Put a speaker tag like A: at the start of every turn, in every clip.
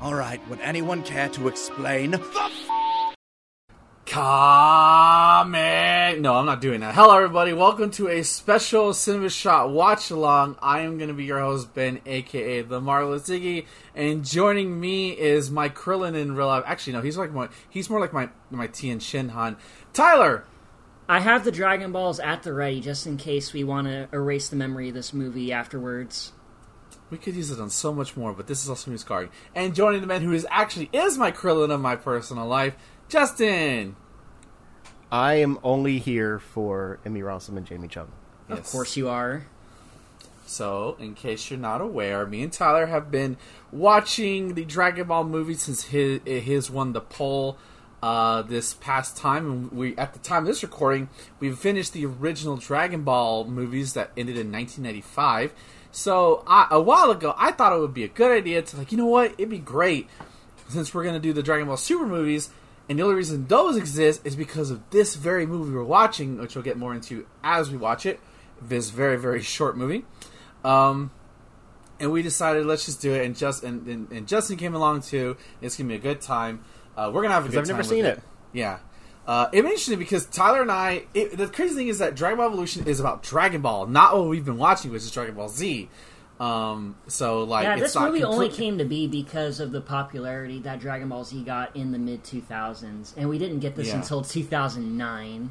A: All right, would anyone care to explain?
B: Comic. No, I'm not doing that. Hello, everybody. Welcome to a special Cinema Shot watch along. I am going to be your host, Ben, aka the Marvelous Ziggy, and joining me is my Krillin in real life. Actually, no, he's like my he's more like my my Tian Shinhan. Tyler.
C: I have the Dragon Balls at the ready just in case we want to erase the memory of this movie afterwards.
B: We could use it on so much more, but this is also me scarring. And joining the man who is actually is my Krillin of my personal life, Justin.
D: I am only here for Emmy Rossum and Jamie Chung.
C: Of course you are.
B: So, in case you're not aware, me and Tyler have been watching the Dragon Ball movie since his his won the poll uh, this past time. And we, at the time of this recording, we finished the original Dragon Ball movies that ended in 1995. So, I, a while ago, I thought it would be a good idea to like, you know what? It'd be great since we're gonna do the Dragon Ball Super movies. And the only reason those exist is because of this very movie we're watching, which we'll get more into as we watch it. This very, very short movie. Um, and we decided let's just do it. And just and, and, and Justin came along too. It's gonna be a good time. Uh, we're gonna have a good
D: I've
B: time.
D: never
B: with
D: seen it.
B: Yeah. Uh, it interesting because Tyler and I. It, the crazy thing is that Dragon Ball Evolution is about Dragon Ball, not what we've been watching, which is Dragon Ball Z. Um, so like,
C: Yeah,
B: it's
C: this
B: not
C: movie only
B: complete-
C: came to be because of the popularity that Dragon Ball Z got in the mid 2000s, and we didn't get this
B: Yeah.
C: until 2009.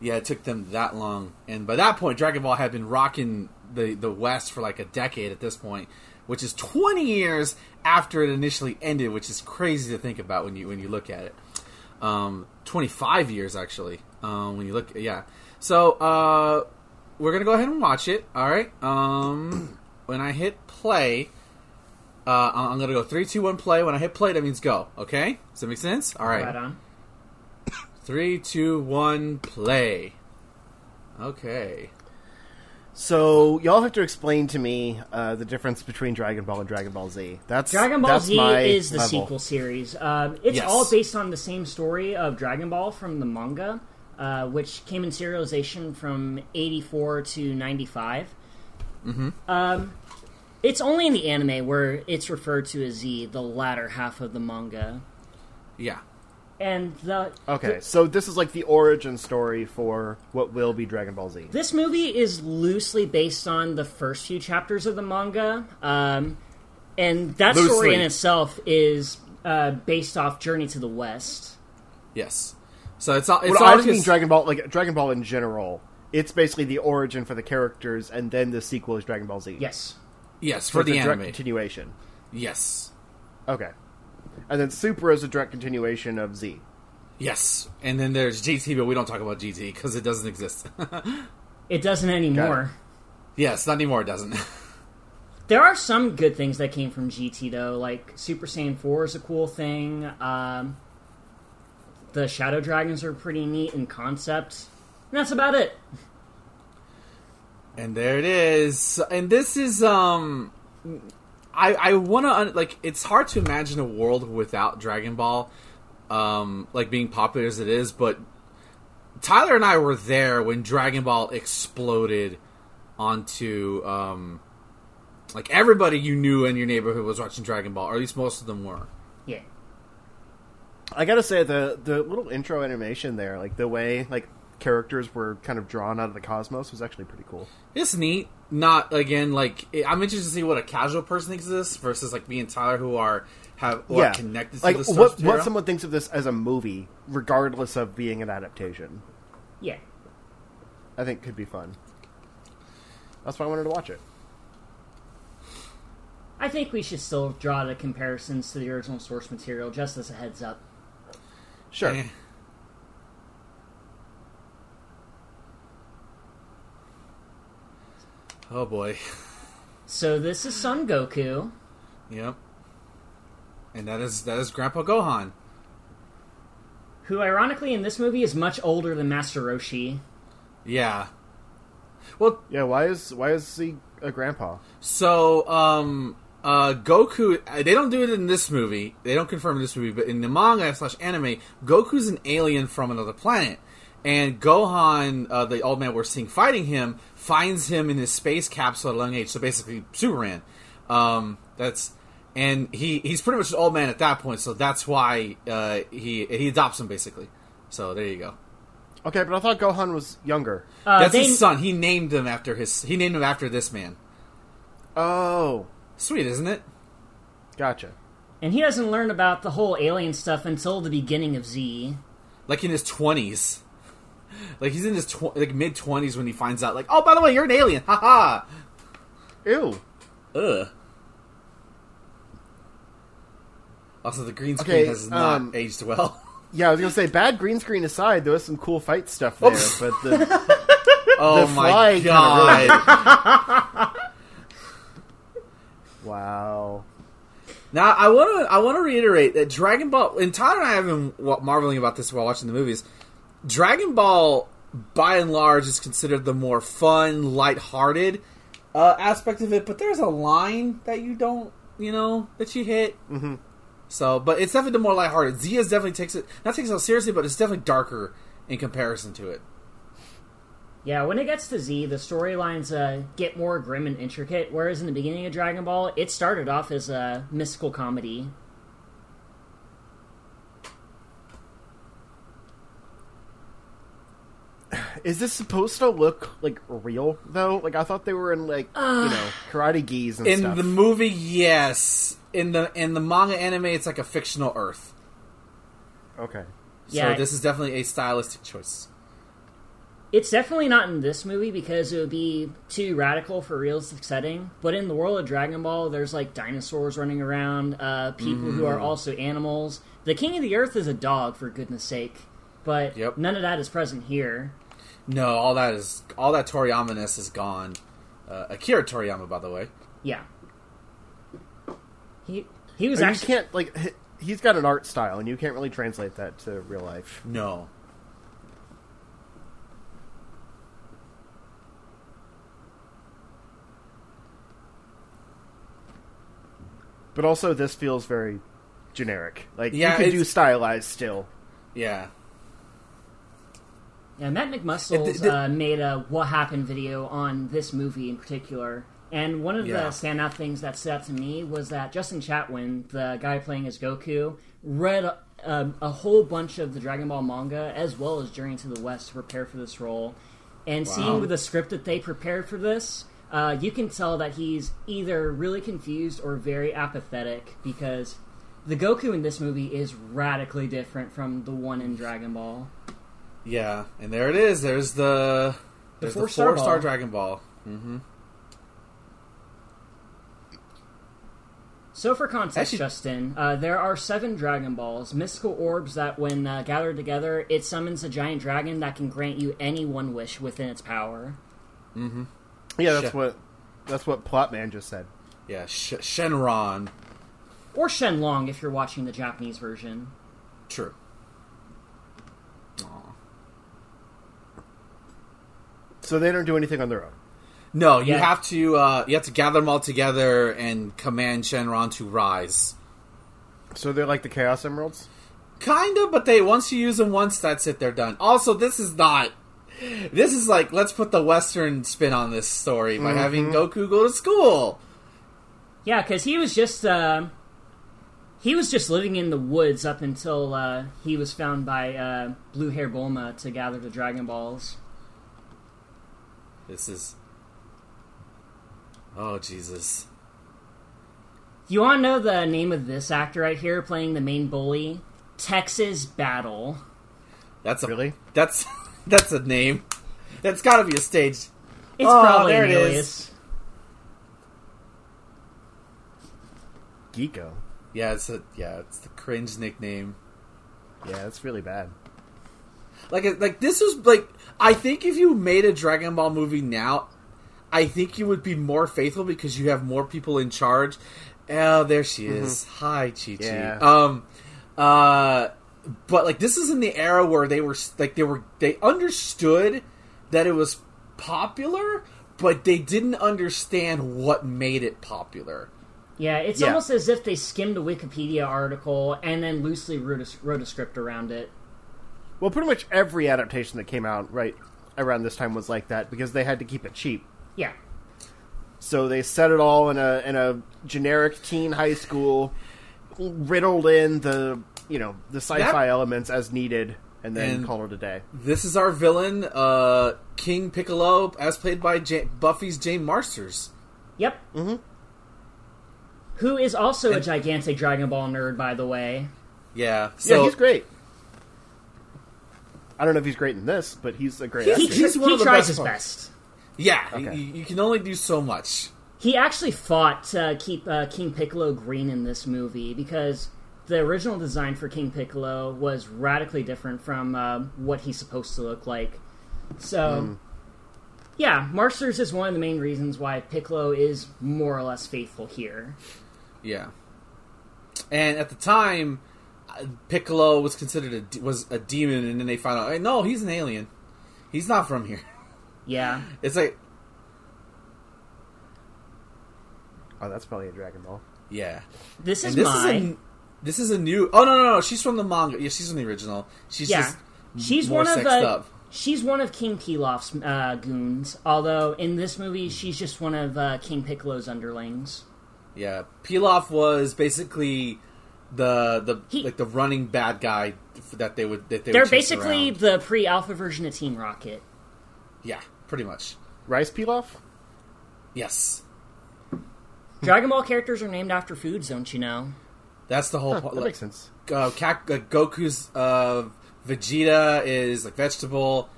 B: Yeah, it took them that long, and by that point, Dragon Ball had been rocking the the West for like a decade at this point, which is twenty years after it initially ended, which is crazy to think about when you when you look at it. Um, twenty five years actually, um, when you look, yeah. So uh, we're gonna go ahead and watch it. All right. Um, when I hit play, uh, I'm I'm gonna go three, two, one, play. When I hit play, that means go. Okay, does that make sense? All right.
C: Right on.
B: Three, two, one, play. Okay.
D: So y'all have to explain to me uh, the difference between Dragon Ball and Dragon Ball Z. That's
C: Dragon Ball
D: that's
C: Z
D: my
C: is the
D: level.
C: sequel series. Um, it's
B: Yes.
C: all based on the same story of Dragon Ball from the manga, uh, which came in serialization from 84 to 95. Mm-hmm. Um, it's only in the anime where it's referred to as Z, the latter half of the manga.
B: Yeah.
C: And the
D: Okay, so this is like the origin story for what will be Dragon Ball Z.
C: This movie is loosely based on the first few chapters of the manga, um, and that story
D: Loosely.
C: in itself is uh, based off Journey to the West.
B: Yes. So it's all. It's
D: What
B: all
D: I just mean
B: just-
D: Dragon Ball, like Dragon Ball in general, it's basically the origin for the characters, and then the sequel is Dragon Ball Z.
C: Yes,
B: yes for
D: for
B: the
D: the direct
B: anime.
D: continuation.
B: yes.
D: Okay, and then Super is a direct continuation of Z.
B: Yes. And then there's GT, but we don't talk about GT because it doesn't exist.
C: it doesn't anymore.
B: yes, not anymore. It doesn't.
C: There are some good things that came from GT though, like Super Saiyan Four is a cool thing. Um, the Shadow Dragons are pretty neat in concept, and that's about it.
B: and there it is. And this is um, I I want to un- like it's hard to imagine a world without Dragon Ball, um, like being popular as it is. But Tyler and I were there when Dragon Ball exploded onto um, like everybody you knew in your neighborhood was watching Dragon Ball, or at least most of them were.
C: Yeah,
D: I gotta say the the little intro animation there, like the way like characters were kind of drawn out of the cosmos, was actually pretty cool.
B: It's neat. Not again. Like I'm interested to see what a casual person thinks of this versus like me and Tyler who are have who are connected to
D: like
B: the
D: what
B: subject
D: what
B: era.
D: someone thinks of this as a movie, regardless of being an adaptation,
C: yeah.
D: I think could be fun. That's why I wanted to watch it.
C: I think we should still draw the comparisons to the original source material, just as a heads up.
D: Sure.
B: Eh. Oh boy.
C: So this is Son Goku.
B: Yep. And that is that is Grandpa Gohan.
C: who ironically in this movie is much older than Master Roshi.
B: Yeah. Well,
D: Yeah. Why is why is he a grandpa?
B: So, um, uh, Goku, uh, they don't do it in this movie. They don't confirm this movie, but in the manga slash anime, Goku's an alien from another planet. And Gohan, uh, the old man we're seeing fighting him, finds him in his space capsule at a young age. So basically, Superman. Um, that's, and he he's pretty much an old man at that point, so that's why uh, he he adopts him basically. So there you go.
D: Okay, but I thought Gohan was younger.
C: Uh,
B: that's
C: they,
B: his son. He named him after his. He named him after this man.
D: Oh,
B: Sweet, isn't it?
D: gotcha.
C: And he doesn't learn about the whole alien stuff until the beginning of Z.
B: Like in his twenties. Like he's in his tw- like mid twenties when he finds out. Like, oh, by the way, you're an alien. Ha ha.
D: Ew.
B: Ugh. Also, the green screen
D: Okay,
B: has not
D: um,
B: aged well.
D: Yeah, I was gonna say bad green screen aside, there was some cool fight stuff there,
B: Oops.
D: but the,
B: Oh
D: the fly
B: my
D: kinda
B: god!
D: wow.
B: Now I want to I want to reiterate that Dragon Ball and Todd and I have been wa- marveling about this while watching the movies. Dragon Ball, by and large, is considered the more fun, lighthearted uh, aspect of it. But there's a line that you don't, you know, that you hit. Mm-hmm. So, but it's definitely the more lighthearted. Zia definitely takes it not takes it seriously, but it's definitely darker in comparison to it.
C: Yeah, when it gets to Z, the storylines uh, get more grim and intricate, whereas in the beginning of Dragon Ball, it started off as a mystical comedy.
D: Is this supposed to look like real though? Like I thought they were in like you know karate geese and
B: In
D: stuff.
B: the movie, yes. In the in the manga anime, it's like a fictional Earth.
D: okay.
C: Yeah,
B: so this is definitely a stylistic choice.
C: It's definitely not in this movie because it would be too radical for realistic setting. But in the world of Dragon Ball, there's like dinosaurs running around, uh, people who
B: Mm.
C: are also animals. The King of the Earth is a dog, for goodness sake. But
B: Yep.
C: none of that is present here.
B: No, all that is all that Toriyama-ness is gone. Uh, Akira Toriyama, by the way.
C: Yeah. He he was
D: And you
C: actually
D: can't like h- he's got an art style, and you can't really translate that to real life.
B: No,
D: But also, this feels very generic. Like
B: Yeah,
D: you could do
B: it's-
D: stylized still.
B: yeah,
C: Yeah, Matt McMuscles
B: It- it-
C: uh, made a "What Happened" video on this movie in particular, and one of the
B: Yeah.
C: standout things that stood out to me was that Justin Chatwin, the guy playing as Goku, read um, a whole bunch of the Dragon Ball manga as well as Journey to the West to prepare for this role. And seeing the script that they prepared for this, uh, you can tell that he's either really confused or very apathetic because the Goku in this movie is radically different from the one in Dragon Ball.
B: yeah. And there it is. There's the there's the four
C: four-star
B: star,
C: ball.
B: Dragon Ball.
C: So for context,
B: Actually-
C: Justin, uh, there are seven Dragon Balls, mystical orbs that, when uh, gathered together, it summons a giant dragon that can grant you any one wish within its power.
D: Yeah, that's
B: Shit.
D: what that's what Plotman just said.
B: Yeah, Sh- Shenron.
C: Or Shenlong if you're watching the Japanese version.
B: True.
D: So they don't do anything on their own.
B: No, you
C: Yeah.
B: have to uh, you have to gather them all together and command Shenron to rise.
D: So they're like the Chaos Emeralds.
B: Kind of, but they once you use them once, that's it. They're done. Also, this is not. This is like let's put the Western spin on this story by having Goku go to school.
C: Yeah, because he was just uh, he was just living in the woods up until uh, he was found by uh, Blue Hair Bulma to gather the Dragon Balls.
B: This is. Oh Jesus!
C: Do you want to know the name of this actor right here playing the main bully? Texas Battle.
B: That's a
D: Really?
B: That's that's a name. That's got to be a stage.
C: It's
B: Oh,
C: probably
B: there
C: an
B: it is.
C: alias.
D: Geeko.
B: Yeah, it's a yeah, it's the cringe nickname.
D: Yeah, that's really bad.
B: Like it- like this was like I think if you made a Dragon Ball movie now, I think you would be more faithful because you have more people in charge. Oh, there she is. Hi, Chi Chi.
D: Mm-hmm. Yeah.
B: Um, uh, but like this is in the era where they were like they were they understood that it was popular, but they didn't understand what made it popular.
C: Yeah, it's
D: Yeah.
C: almost as if they skimmed a Wikipedia article and then loosely wrote a, wrote a script around it.
D: Well, pretty much every adaptation that came out right around this time was like that because they had to keep it cheap.
C: Yeah.
D: So they set it all in a in a generic teen high school, riddled in the you know the sci-fi
B: That-
D: elements as needed, and then
B: And-
D: call it a day.
B: This is our villain, uh, King Piccolo, as played by J- Buffy's Jane Marsters.
C: Yep. Mm-hmm. is also a gigantic Dragon Ball nerd, by the way.
B: Yeah, so
D: yeah, he's great. I don't know if he's great in this, but he's a great
C: He,
D: actor.
B: He's- he's
C: he
B: one of the
C: tries
B: best
C: his
B: ones.
C: best.
B: yeah, y-
D: Okay.
B: y- you can only do so much.
C: He actually fought to keep uh, King Piccolo green in this movie because the original design for King Piccolo was radically different from um what he's supposed to look like. So,
B: Hmm.
C: yeah, Marsters is one of the main reasons why Piccolo is more or less faithful here.
B: Yeah, and at the time, uh, Piccolo was considered a d- was a demon, and then they found out, hey, no, he's an alien. He's not from here.
C: Yeah.
B: It's like,
D: Oh, that's probably a Dragon Ball.
B: yeah,
C: This
B: and
C: is
B: this
C: my.
B: is a this is a new. Oh no, no, no, she's from the manga. Yeah, she's from the original. She's
C: yeah.
B: just
C: she's
B: more
C: one of
B: sexed
C: the.
B: up.
C: She's one of King Pilaf's uh, goons, although in this movie she's just one of uh, King Piccolo's underlings.
B: Yeah, Pilaf was basically the the
C: He-
B: like the running bad guy that they would that they
C: They're
B: would chase
C: basically
B: around.
C: the pre-alpha version of Team Rocket.
B: yeah, pretty much.
D: Rice pilaf?
B: Yes,
C: Dragon Ball characters are named after foods, don't you know?
B: that's the whole. part.
D: That
B: like,
D: makes sense.
B: Uh, Kak- uh, Goku's uh, Vegeta is like vegetable.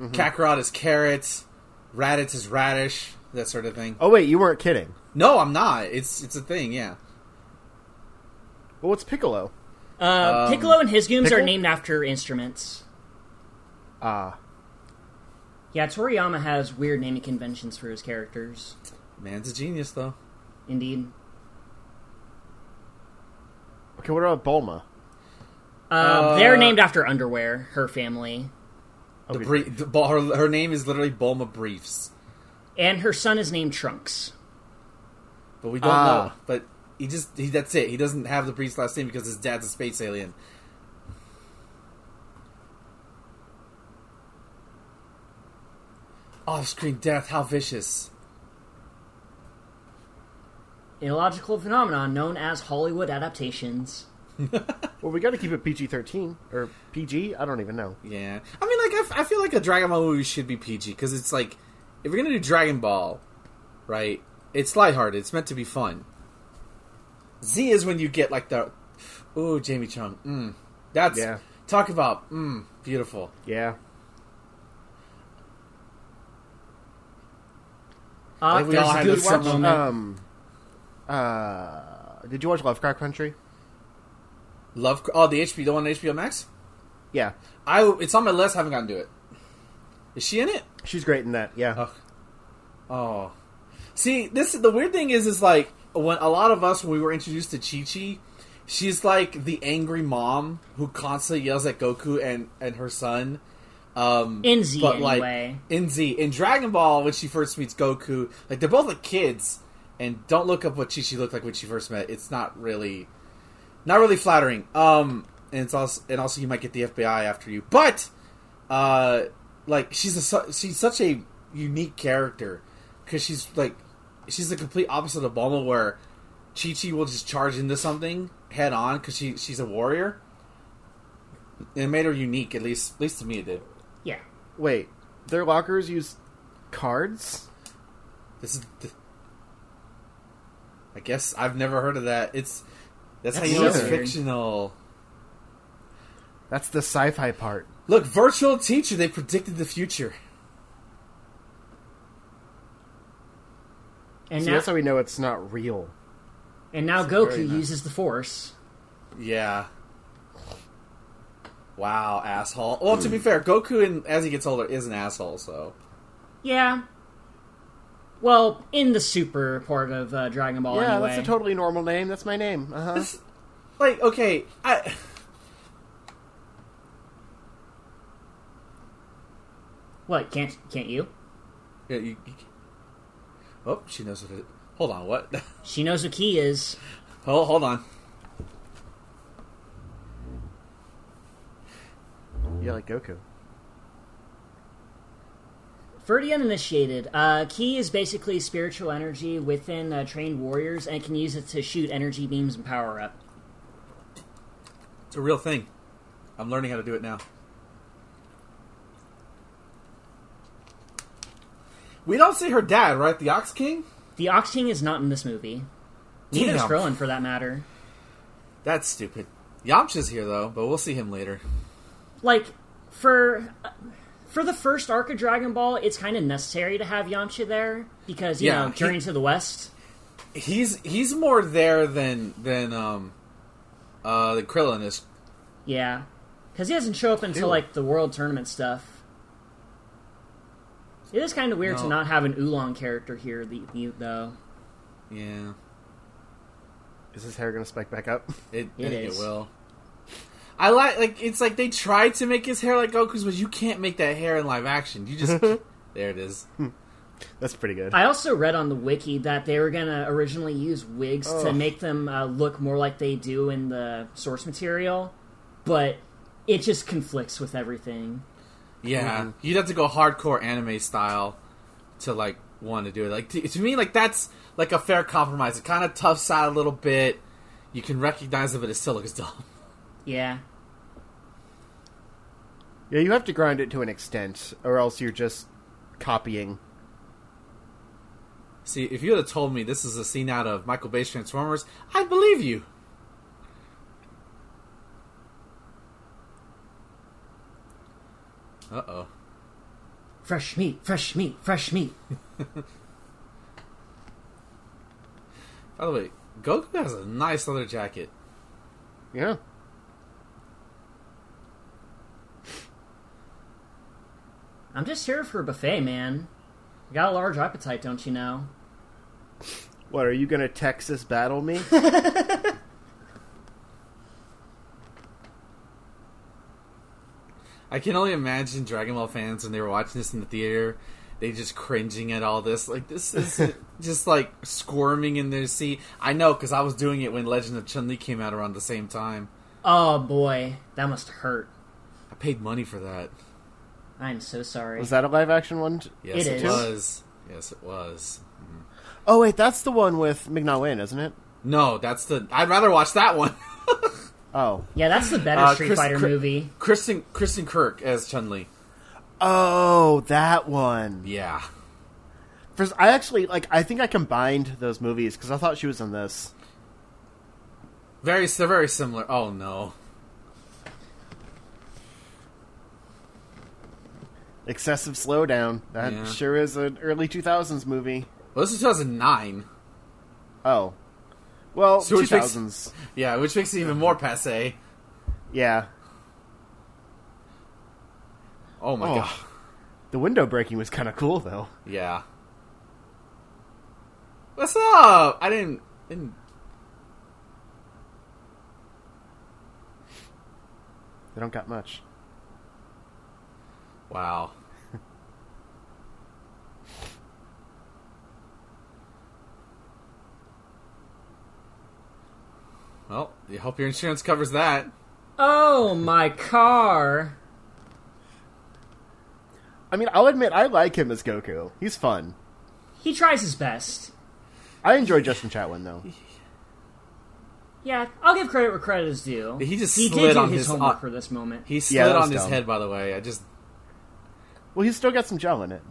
B: Kakarot is carrot. Raditz is radish. That sort of thing.
D: Oh wait, you weren't kidding.
B: No, I'm not. It's it's a thing. Yeah.
D: Well, what's Piccolo?
C: Uh, Piccolo and his goons are
D: Pickle?
C: named after instruments.
D: Ah,
C: Yeah, Toriyama has weird naming conventions for his characters.
B: Man's a genius, though.
C: Indeed.
D: okay. What about Bulma?
C: Uh, they're named after underwear, her family.
B: The brie- the, bu- her, her name is literally Bulma Briefs,
C: And her son is named Trunks.
B: but we don't
D: Ah.
B: know. But he just he, that's it. He doesn't have the Briefs last name because his dad's a space alien. Off-screen death. How vicious.
C: Illogical phenomenon known as Hollywood adaptations.
D: Well, we got to keep it PG thirteen or PG. I don't even know.
B: Yeah, I mean, like I, f- I feel like a Dragon Ball movie should be PG because it's like if you're gonna do Dragon Ball, right? It's lighthearted. It's meant to be fun. Z is when you get like the, ooh, Jamie Chung. Mm, that's
D: Yeah.
B: talk about mm, beautiful.
D: Yeah,
C: Uh,
B: Like, we
C: Uh, there's
B: all
C: a
B: had
C: good
B: this
C: watch
B: moment.
C: moment.
D: Um, uh, did you watch Lovecraft Country?
B: Love. Oh, the HBO, the one on HBO Max.
D: Yeah,
B: I it's on my list. haven't gotten to it. Is she in it?
D: she's great in that. Yeah,
B: Ugh. Oh. See, this the weird thing is is like when a lot of us when we were introduced to Chi Chi, she's like the angry mom who constantly yells at Goku and and her son. Um
C: In Z,
B: but like
C: anyway.
B: in Z in Dragon Ball when she first meets Goku, like they're both like kids and don't look up what Chi Chi looked like when she first met. It's not really not really flattering. Um and it's also and also you might get the FBI after you. But uh, like she's a su- she's such a unique character because she's like she's the complete opposite of Bulma, where Chi Chi will just charge into something head on because she she's a warrior. And it made her unique, at least at least to me it did.
C: Yeah.
D: wait, their lockers use cards.
B: This is, th- I guess I've never heard of that. It's that's, how
C: That's
B: you know it's
D: weird.
B: fictional.
D: That's the sci-fi part.
B: Look, virtual teacher, they predicted the future.
C: And
D: See,
C: now,
D: that's how we know it's not real.
C: and now
B: very
C: Goku
B: nice.
C: uses the Force.
B: Yeah. Wow, asshole. Well, to be fair, Goku, in, as he gets older, is an asshole. So
C: Yeah. Well, in the super part of uh, Dragon Ball,
D: yeah,
C: anyway.
D: that's a totally normal name. That's my name. Uh huh.
B: This- like, okay, I.
C: What can't can't you?
B: Yeah, you- you- oh, she knows what it. Hold on, what?
C: She knows what key is.
B: hold, hold on.
D: Yeah, like Goku.
C: For the uninitiated, uh, ki is basically spiritual energy within uh, trained warriors, and can use it to shoot energy beams and power up.
B: It's a real thing. I'm learning how to do it now. We don't see her dad, right? The Ox King?
C: The Ox King is not in this movie. Neither is
B: Damn.
C: Krillin, for that matter.
B: That's stupid. Yamcha's here though, but we'll see him later.
C: Like for for the first arc of Dragon Ball, it's kind of necessary to have Yamcha there because you
B: Yeah,
C: know
B: he-
C: Journey to the West.
B: He's he's more there than than um uh the Krillin is.
C: Yeah, because he doesn't show up until
B: Ew.
C: like the World Tournament stuff. It is kind of weird to
B: No.
C: not have an Oolong character here, the, the, though.
B: Yeah.
D: Is his hair going to spike back up?
B: It
C: It
B: I think
C: is.
B: it will. I like like it's like they tried to make his hair like Goku's, but you can't make that hair in live action. You just there it is.
D: That's pretty good.
C: I also read on the wiki that they were gonna originally use wigs to
D: Ugh.
C: make them uh, look more like they do in the source material, but it just conflicts with everything.
B: Yeah,
D: Mhm.
B: Mm-hmm. you'd have to go hardcore anime style to like want to do it. Like to, to me, like that's like a fair compromise. It kind of toughs out a little bit. You can recognize if it is still looks dumb.
C: Yeah,
D: Yeah, you have to grind it to an extent, or else you're just copying.
B: See, if you would have told me this is a scene out of Michael Bay's Transformers, I believe you. Uh oh.
C: fresh meat, fresh meat, fresh meat.
B: By the way, Goku has a nice leather jacket.
D: Yeah.
C: I'm just here for a buffet, man. You got a large appetite, don't you know?
D: What are you going to Texas battle me?
B: I can only imagine Dragon Ball fans when they were watching this in the theater, they just cringing at all this. Like this is just like squirming in their seat. I know because I was doing it when Legend of Chun Li came out around the same time.
C: Oh boy, that must hurt.
B: I paid money for that.
C: I'm so sorry.
D: Was that a live action one?
B: Yes,
C: It
B: it,
C: is.
B: was. Yes, it was.
D: Oh wait, that's the one with Migna Wen, isn't it?
B: No, that's the. I'd rather watch that one.
D: Oh.
C: yeah, that's the better
B: Uh,
C: Street
B: Chris-
C: Fighter
B: Chris-
C: movie.
B: Kristen Kristen Kirk as Chun Li.
D: Oh, that one.
B: Yeah.
D: First, I actually like. I think I combined those movies because I thought she was in this.
B: Very, they're very similar. Oh no.
D: Excessive slowdown. That
B: Yeah.
D: sure is an early two thousands movie.
B: Well, this is 2009.
D: Oh, well,
B: So
D: two
B: which makes-
D: thousands.
B: Yeah, which makes it even more passe.
D: Yeah,
B: Oh my
D: Oh.
B: god.
D: the window breaking was kind of cool though.
B: Yeah. What's up? I didn't. didn't
D: They don't got much.
B: wow. well, you hope your insurance covers that.
C: Oh my car.
D: I mean, I'll admit I like him as Goku. He's fun.
C: He tries his best.
D: I enjoy Justin Chatwin though.
C: Yeah, I'll give credit where credit is due.
B: He just
C: he
B: slid
C: did do
B: on
C: his
B: his-
C: homework
B: uh,
C: for this moment.
B: He slid
D: Yeah, that was
B: on his
D: dumb.
B: head, by the way. I just.
D: Well, he's still got some gel in it.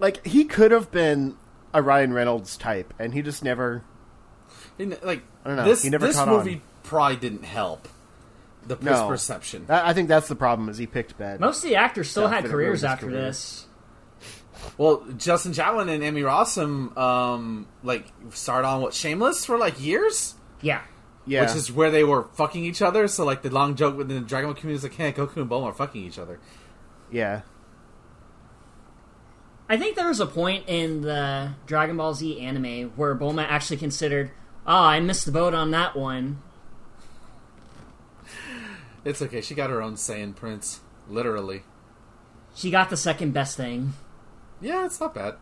D: Like he could have been a Ryan Reynolds type, and he just never.
B: didn't- Like,
D: I don't know.
B: This,
D: He never
B: this
D: caught
B: movie
D: on.
B: probably didn't help the his
D: No.
B: perception.
D: I I think that's the problem. Is he picked bad?
C: Most of the actors still
D: Yeah,
C: had
D: but it
C: careers
D: ruined his
C: after
D: career.
C: this.
B: Well, Justin Chatwin and Emmy Rossum, um, like, started on what, Shameless for like years?
C: Yeah.
D: yeah,
B: Which is where they were fucking each other. So, like, the long joke within the Dragon Ball community is like, hey, Goku and Bulma are fucking each other.
D: yeah.
C: I think there was a point in the Dragon Ball Z anime where Bulma actually considered, ah, I missed the boat on that one.
B: It's okay. She got her own Saiyan Prince. Literally.
C: She got the second best thing.
B: Yeah, it's not bad.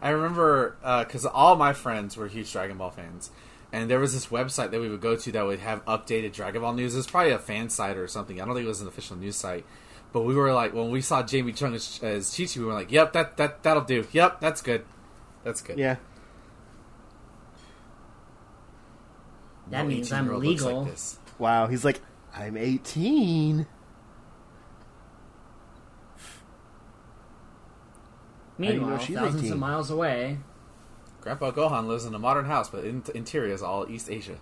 B: I remember because all my friends were huge Dragon Ball fans, and there was this website that we would go to that would have updated Dragon Ball news. It's probably a fan site or something. I don't think it was an official news site, but we were like, when we saw Jamie Chung as, as Chi Chi, we were like, "Yep, that that that'll do. Yep, that's good. That's good."
D: Yeah.
B: No
C: That means I'm
B: 18-year-old looks
C: legal.
B: Like this.
D: Wow. He's like, I'm 18. didn't know
C: Meanwhile,
D: she was
C: thousands of
D: 18.
C: miles away,
B: Grandpa Gohan lives in a modern house, but in- interior is all East Asia.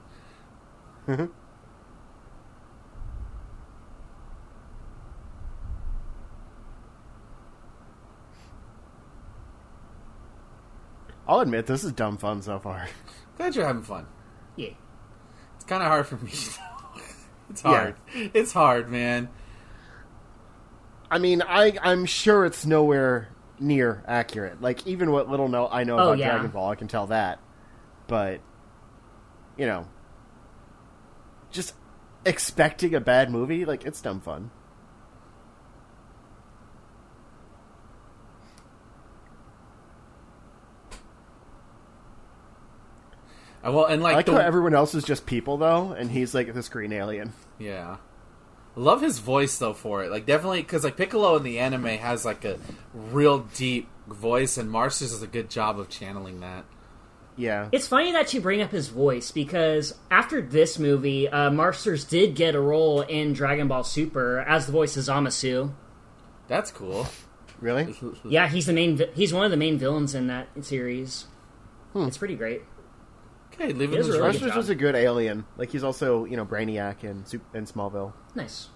D: I'll admit, this is dumb fun so far.
B: Glad you're having fun.
C: yeah,
B: It's kind of hard for me. it's hard. It's hard, man.
D: I mean, I, I'm sure it's nowhere near accurate. Like, even what little know I know
C: Oh,
D: about
C: yeah.
D: Dragon Ball, I can tell that. But, you know, just expecting a bad movie, like, it's dumb fun.
B: Uh, Well, and like,
D: I like
B: the,
D: how everyone else is just people, though, and he's like this green alien.
B: yeah, love his voice though for it. Like, definitely because like Piccolo in the anime has like a real deep voice, and Marcus does a good job of channeling that.
D: Yeah.
C: It's funny that you bring up his voice because after this movie, uh, Marsters did get a role in Dragon Ball Super as the voice of Zamasu.
B: That's cool.
D: Really?
C: Yeah, he's the main. vi- He's one of the main villains in that series. It's pretty great.
B: Okay, leave
C: He
B: it.
C: does
B: in
C: a
B: the
C: really
B: drawing.
C: good
D: Rogers was a good alien. Like, he's also, you know, Brainiac in, Sup- in Smallville.
C: Nice.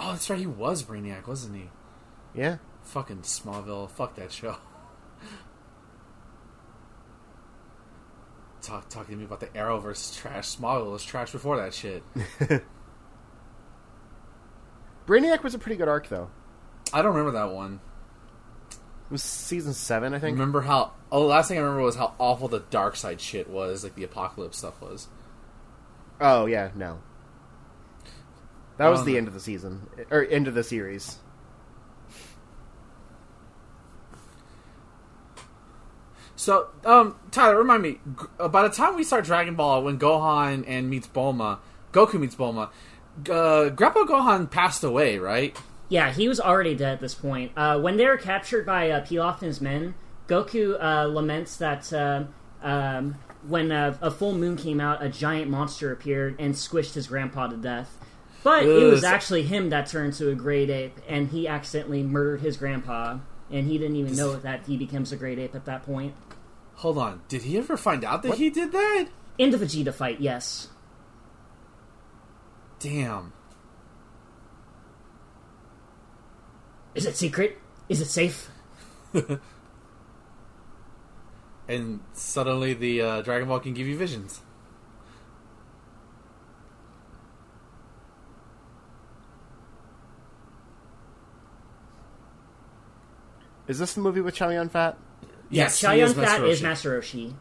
B: Oh, that's right. He was Brainiac, wasn't he?
D: Yeah.
B: Fucking Smallville. Fuck that show. Talk talking to me about the Arrow versus trash. Smallville was trash before that shit.
D: Brainiac was a pretty good arc, though.
B: I don't remember that one.
D: It was season seven, I think.
B: Remember how? Oh, the last thing I remember was how awful the dark side shit was, like the apocalypse stuff was.
D: Oh yeah, no. That was
B: Oh,
D: the
B: no.
D: end of the season or end of the series.
B: So, um, Tyler, remind me. g- uh, By the time we start Dragon Ball, when Gohan and meets Bulma, Goku meets Bulma, g- uh, Grandpa Gohan passed away, right?
C: Yeah, he was already dead at this point. Uh, when they were captured by uh, Pilaf and his men, Goku uh, laments that uh, um, when uh, a full moon came out, a giant monster appeared and squished his grandpa to death. But it
B: Ugh,
C: was
B: so-
C: actually him that turned to a great ape, and he accidentally murdered his grandpa, and he didn't even know that he becomes a great ape at that point.
B: Hold on, did he ever find out that he did that?
C: In the Vegeta fight, yes.
B: Damn.
C: Is it secret? Is it safe?
B: And suddenly the uh, Dragon Ball can give you visions.
D: Is this the movie with Chow Yun Fat?
B: Yes,
C: Chow
B: he
C: Yun Fat is
B: Roshi.
C: Master Roshi.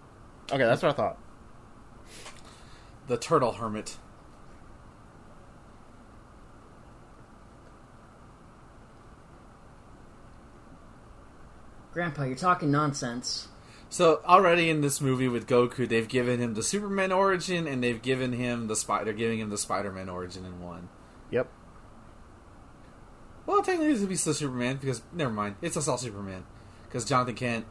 D: Okay, that's what I thought.
B: the turtle hermit.
C: Grandpa, you're talking nonsense.
B: So already in this movie with Goku, they've given him the Superman origin and they've given him the spider. They're giving him the Spider-Man origin in one.
D: Yep.
B: Well, technically this would be still Superman because never mind, it's just all Superman because Jonathan Kent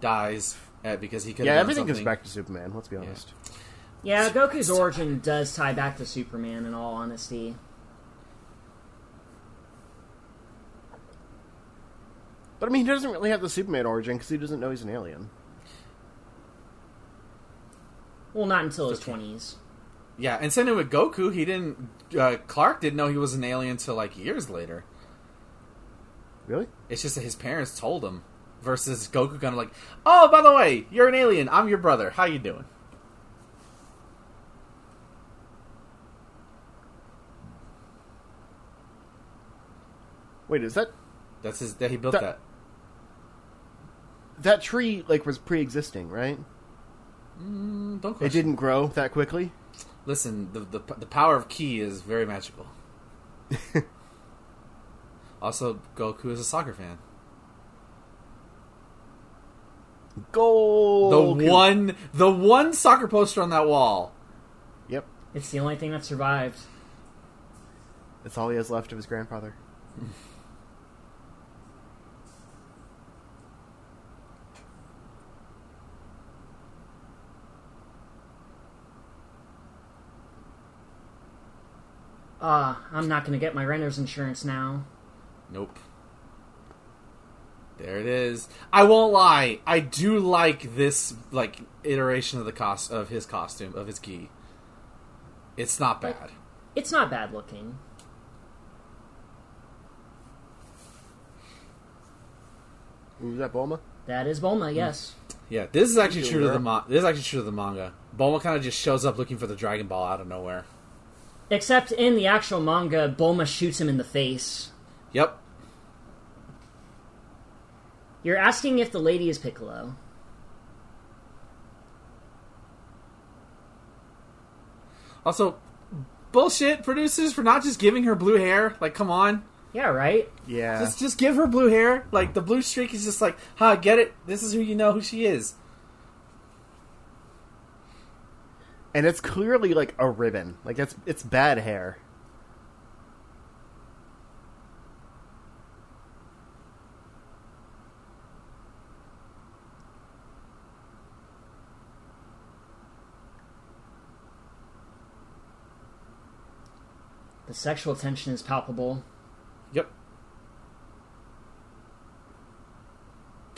B: dies at, because he could.
D: Yeah,
B: done
D: everything goes
B: something.
D: back to Superman. Let's be honest.
C: Yeah, Goku's origin does tie back to Superman in all honesty.
D: But I mean, he doesn't really have the Superman origin because he doesn't know he's an alien.
C: Well, not until his 20s.
B: Yeah, and same thing with Goku. He didn't. Uh, Clark didn't know he was an alien until like years later.
D: Really?
B: It's just that his parents told him. Versus Goku, kind of like, oh, by the way, you're an alien. I'm your brother. How you doing?
D: Wait, is that
B: That's his. That he built
D: That-
B: that.
D: that tree like was pre-existing, right?
B: Mm, Don't
D: It
B: question.
D: didn't grow that quickly.
B: Listen, the, the the power of ki is very magical. also, Goku is a soccer fan.
D: Goal.
B: The one, the one soccer poster on that wall.
D: Yep.
C: It's the only thing that survived.
D: That's all he has left of his grandfather.
C: Uh, I'm not gonna get my renter's insurance now.
B: Nope. There it is. I won't lie. I do like this like iteration of the cost of his costume of his gi. It's not bad.
C: It's not bad looking.
D: Who's that, Bulma?
C: That is Bulma, yes.
B: Yeah, this is actually
D: Thank you,
B: true to the
D: Laura.
B: ma- this is actually true to the manga. Bulma kind of just shows up looking for the Dragon Ball out of nowhere.
C: Except in the actual manga, Bulma shoots him in the face.
B: Yep.
C: You're asking if the lady is Piccolo.
B: Also, bullshit producers for not just giving her blue hair. Like, come on,
C: Yeah, right?
D: Yeah.
B: just just give her blue hair. Like the blue streak is just like, huh, get it. This is who you know who she is.
D: and it's clearly like a ribbon. Like that's it's bad hair.
C: The sexual tension is palpable.
B: Yep.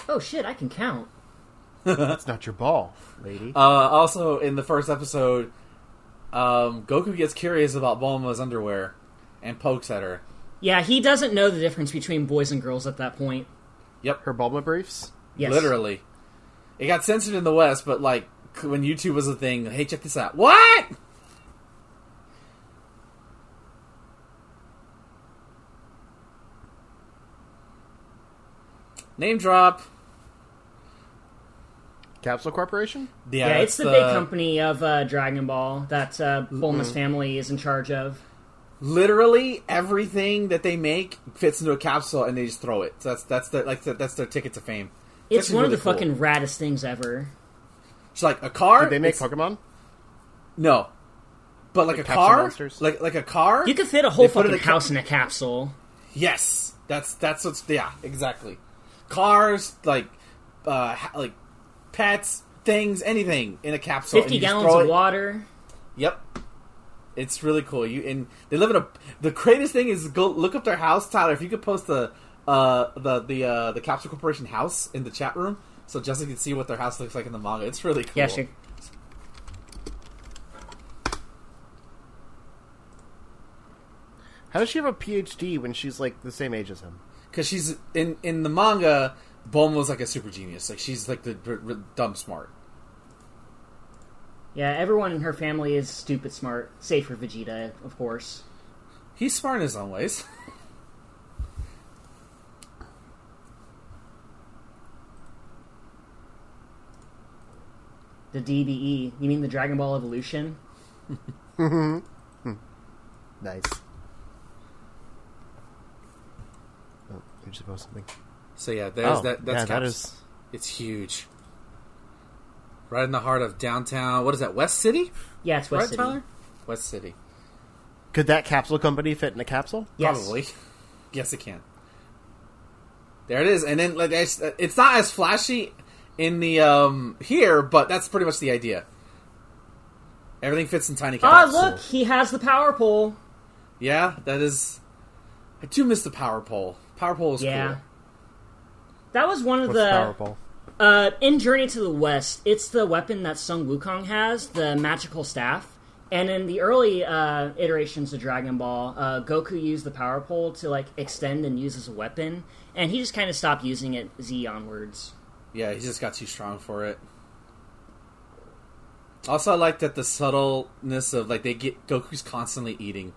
C: Oh shit, I can count.
D: That's not your ball, lady.
B: Uh, also, in the first episode, um, Goku gets curious about Bulma's underwear and pokes at her.
C: Yeah, he doesn't know the difference between boys and girls at that point.
D: Her Bulma briefs.
C: Yes.
B: Literally, it got censored in the West, but like c- when YouTube was a thing, hey, check this out. What? Name drop.
D: Capsule Corporation.
C: Yeah,
B: that's
C: it's the, big company of uh, Dragon Ball that uh, Bulma's family is in charge of.
B: literally everything that they make fits into a capsule and they just throw it. So that's that's their like that's their ticket to fame.
C: It's
B: actually
C: one of the
B: really cool.
C: fucking raddest things ever.
B: It's like a car.
D: Did they make
B: it's-
D: Pokemon?
B: no, but like,
D: Like
B: a
D: Capsule
B: car,
D: Monsters?
B: like like a car.
C: You could fit a whole
B: They put it in
C: fucking
B: a ca- Oh,
C: house in a capsule.
B: yes, that's that's what's yeah exactly. Cars like uh ha- like pets, things, anything in a capsule. and
C: 50
B: you just
C: gallons
B: throw
C: of
B: it.
C: water.
B: Yep. It's really cool. You and they live in a. The greatest thing is go look up their house, Tyler. If you could post the uh, the the uh, the Capsule Corporation house in the chat room, so Jessica can see what their house looks like in the manga. It's really cool.
C: Yeah, sure.
D: How does she have a PhD when she's like the same age as him?
B: Because she's in in the manga, Bulma's like a super genius. Like she's like the r- r- dumb smart.
C: Yeah, everyone in her family is stupid smart, save for Vegeta, of course.
B: He's smart in his own ways.
C: The DBE. You mean the Dragon Ball Evolution?
D: Nice. Oh, you just posted something.
B: So yeah, there's
D: Oh,
B: that. That's
D: yeah, that
B: Caps.
D: is-
B: It's huge. Right in the heart of downtown. What is that? West City.
C: Yeah, it's
B: Right,
C: West City.
B: Tyler. West City.
D: Could that capsule company fit in a capsule?
C: Yes.
B: Probably. Yes, it can. There it is, and then like it's, it's not as flashy in the um here, but that's pretty much the idea. Everything fits in tiny
C: Ah,
B: capsules.
C: look, he has the power pole.
B: Yeah, that is. I do miss the power pole. Power pole is
C: Yeah.
B: cool.
C: That was one of
D: What's
C: the
D: Powerball?
C: uh, in Journey to the West. It's the weapon that Sung Wukong has, the magical staff. And in the early uh, iterations of Dragon Ball, uh, Goku used the power pole to like extend and use as a weapon, and he just kind of stopped using it Z onwards.
B: Yeah, he just got too strong for it. Also, I like that the subtleness of like they get Goku's constantly eating.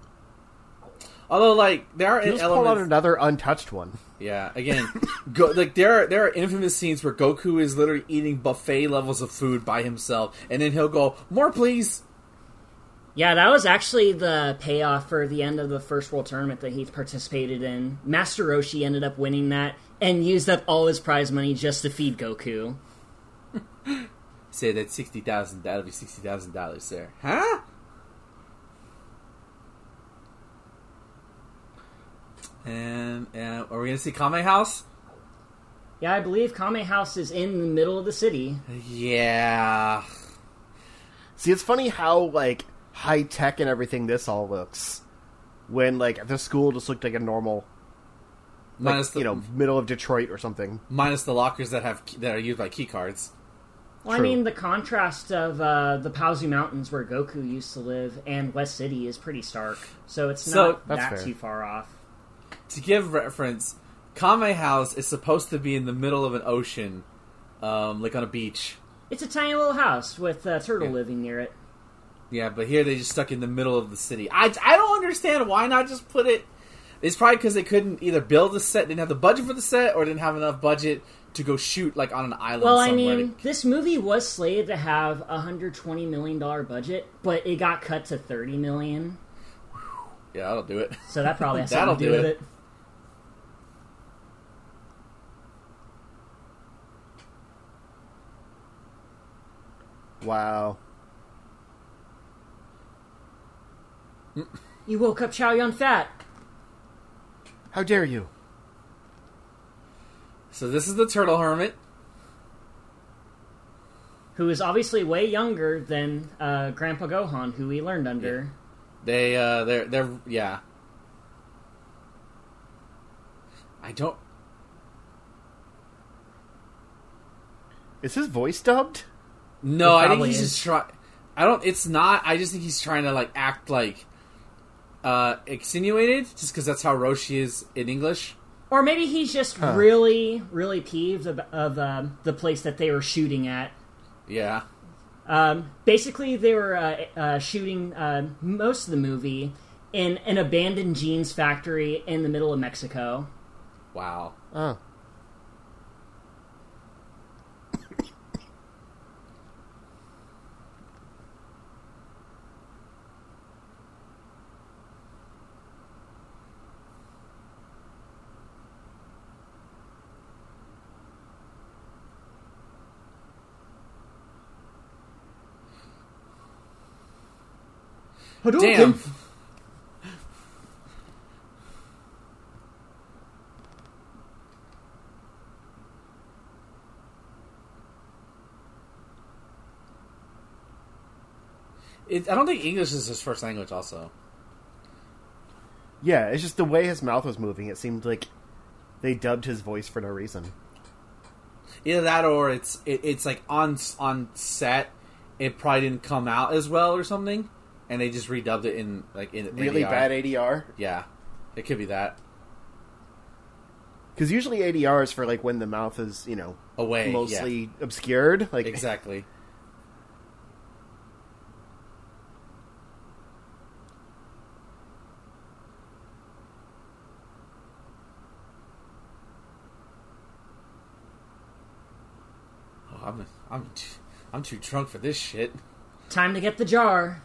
B: Mm-hmm. Although, like there are
D: You just pulled out
B: elements.
D: another untouched one.
B: Yeah, again, go, like there are there are infamous scenes where Goku is literally eating buffet levels of food by himself, and then he'll go more, please.
C: Yeah, that was actually the payoff for the end of the first world tournament that he participated in. Master Roshi ended up winning that and used up all his prize money just to feed Goku.
B: Say that sixty thousand. That'll be sixty thousand dollars there, huh? And, and are we gonna see Kame House?
C: Yeah, I believe Kame House is in the middle of the city.
B: Yeah.
D: See, it's funny how like high tech and everything this all looks when like the school just looked like a normal, like,
B: Minus the
D: you know, middle of Detroit or something.
B: minus the lockers that have that are used by key cards.
C: Well,
D: True.
C: I mean, the contrast of uh, the Paozu Mountains where Goku used to live and West City is pretty stark. So it's
B: So-
C: not
D: That's
C: that
D: fair.
C: too far off.
B: To give reference, Kame House is supposed to be in the middle of an ocean, um, like on a beach.
C: It's a tiny little house with a turtle
B: Yeah.
C: living near it.
B: Yeah, but here they just stuck in the middle of the city. I, I don't understand why not just put it. It's probably because they couldn't either build a set, didn't have the budget for the set, or didn't have enough budget to go shoot like on an island.
C: Well, I
B: somewhere.
C: mean, this movie was slated to have a hundred twenty million dollar budget, but it got cut to thirty million.
B: yeah, that'll do it.
C: So that probably has
B: That'll
C: something to do
B: do
C: with
B: it.
C: it.
D: Wow.
C: You woke up Chow Yun Fat.
D: How dare you?
B: So this is the turtle hermit.
C: who is obviously way younger than uh, Grandpa Gohan, who he learned under.
B: They uh, they're they're yeah. I don't.
D: Is his voice dubbed?
B: No, I think
C: probably
B: he's
C: is.
B: just trying. I don't. It's not. I just think he's trying to like act like uh insinuated, just because that's how Roshi is in English.
C: Or maybe he's just really, really peeved of, of um, the place that they were shooting at.
B: Yeah.
C: Um, basically, they were uh, uh, shooting uh, most of the movie in an abandoned jeans factory in the middle of Mexico.
B: Wow.
D: Oh.
B: Damn. It, I don't think English is his first language. Also,
D: Yeah, it's just the way his mouth was moving. It seemed like they dubbed his voice for no reason.
B: either that or it's it, it's like on on set. It probably didn't come out as well or something, and they just redubbed it in like in
D: Really
B: ADR.
D: bad ADR.
B: Yeah, it could be that
D: Because usually ADR is for like when the mouth is you know
B: away. yeah.
D: mostly obscured. Like
B: exactly. Oh, I'm I'm too, I'm too drunk for this shit.
C: Time to get the jar.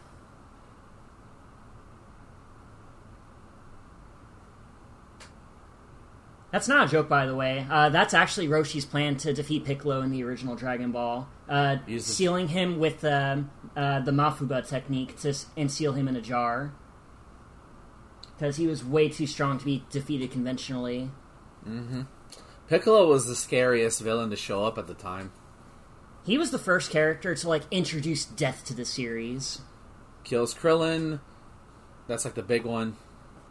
C: That's not a joke, by the way. Uh, that's actually Roshi's plan to defeat Piccolo in the original Dragon Ball, uh,
B: Use the-
C: sealing him with um, uh, the Mafuba technique to s- and seal him in a jar because he was way too strong to be defeated conventionally.
B: Piccolo was the scariest villain to show up at the time.
C: He was the first character to like introduce death to the series.
B: Kills Krillin. That's like the big one.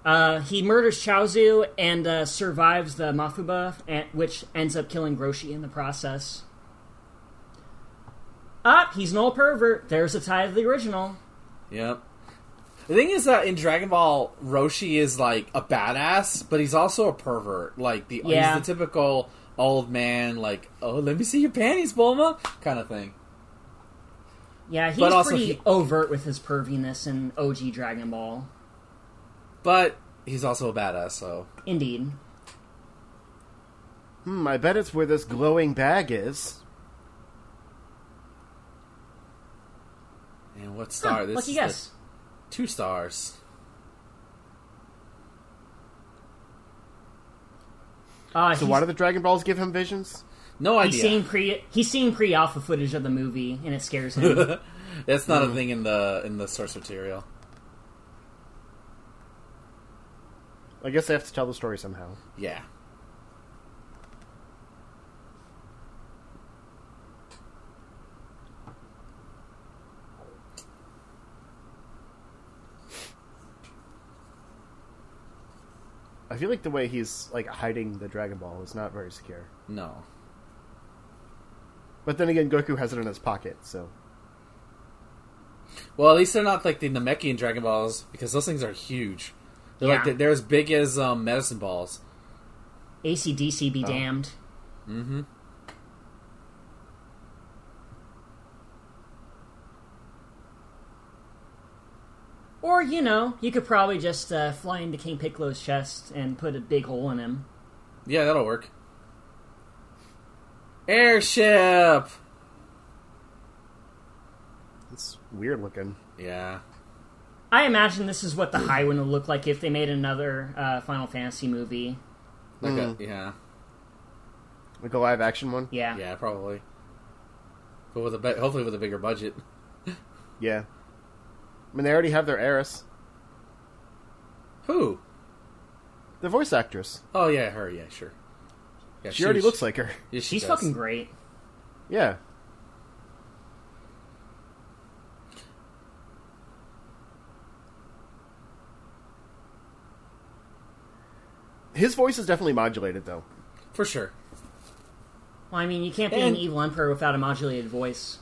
C: Uh, he murders Chaozu and uh, survives the Mafuba, and, which ends up killing Groshi in the process. Ah, he's an old pervert. There's a tie to the original.
B: Yep. The thing is that in Dragon Ball, Roshi is like a badass, but he's also a pervert. Like the
C: Yeah.
B: he's the typical old man, like oh let me see your panties, Bulma, kind of thing.
C: Yeah, he's
B: But also
C: pretty
B: he-
C: overt with his perviness in OG Dragon Ball.
B: But he's also a badass, so
C: Indeed.
D: hmm, I bet it's where this glowing bag is.
B: and what
C: Huh,
B: star? this
C: lucky
B: is
C: guess.
B: The, Two stars.
C: Uh,
D: So
C: he's-
D: why do the Dragon Balls give him visions?
B: No
C: he's
B: idea.
C: seeing pre he's seeing pre alpha footage of the movie, and it scares him.
B: That's
C: Mm.
B: not a thing in the in the source material.
D: I guess they have to tell the story somehow.
B: Yeah.
D: I feel like the way he's like hiding the Dragon Ball is not very secure.
B: No.
D: But then again, Goku has it in his pocket, so
B: Well, at least they're not like the Namekian Dragon Balls because those things are huge. They're
C: Yeah.
B: like they're as big as um, medicine balls.
C: ACDC
B: Oh.
C: be damned.
B: Mm-hmm.
C: Mm-hmm. Or you know, you could probably just uh, fly into King Piccolo's chest and put a big hole in him.
B: Yeah, that'll work. Airship.
D: it's weird looking.
B: Yeah.
C: I imagine this is what the High One would look like if they made another uh, Final Fantasy movie.
B: Like a, yeah.
D: Like a live action one?
C: Yeah.
B: Yeah, probably. But with a be- hopefully with a bigger budget.
D: Yeah. I mean, they already have their heiress,
B: Who?
D: the voice actress.
B: Oh yeah, her. Yeah, sure. Yeah,
D: She already looks like her.
B: yeah, she
C: She's
B: does.
C: fucking great.
D: Yeah. His voice is definitely modulated, though.
B: for sure.
C: Well, I mean, you can't be
B: And-
C: an evil emperor without a modulated voice.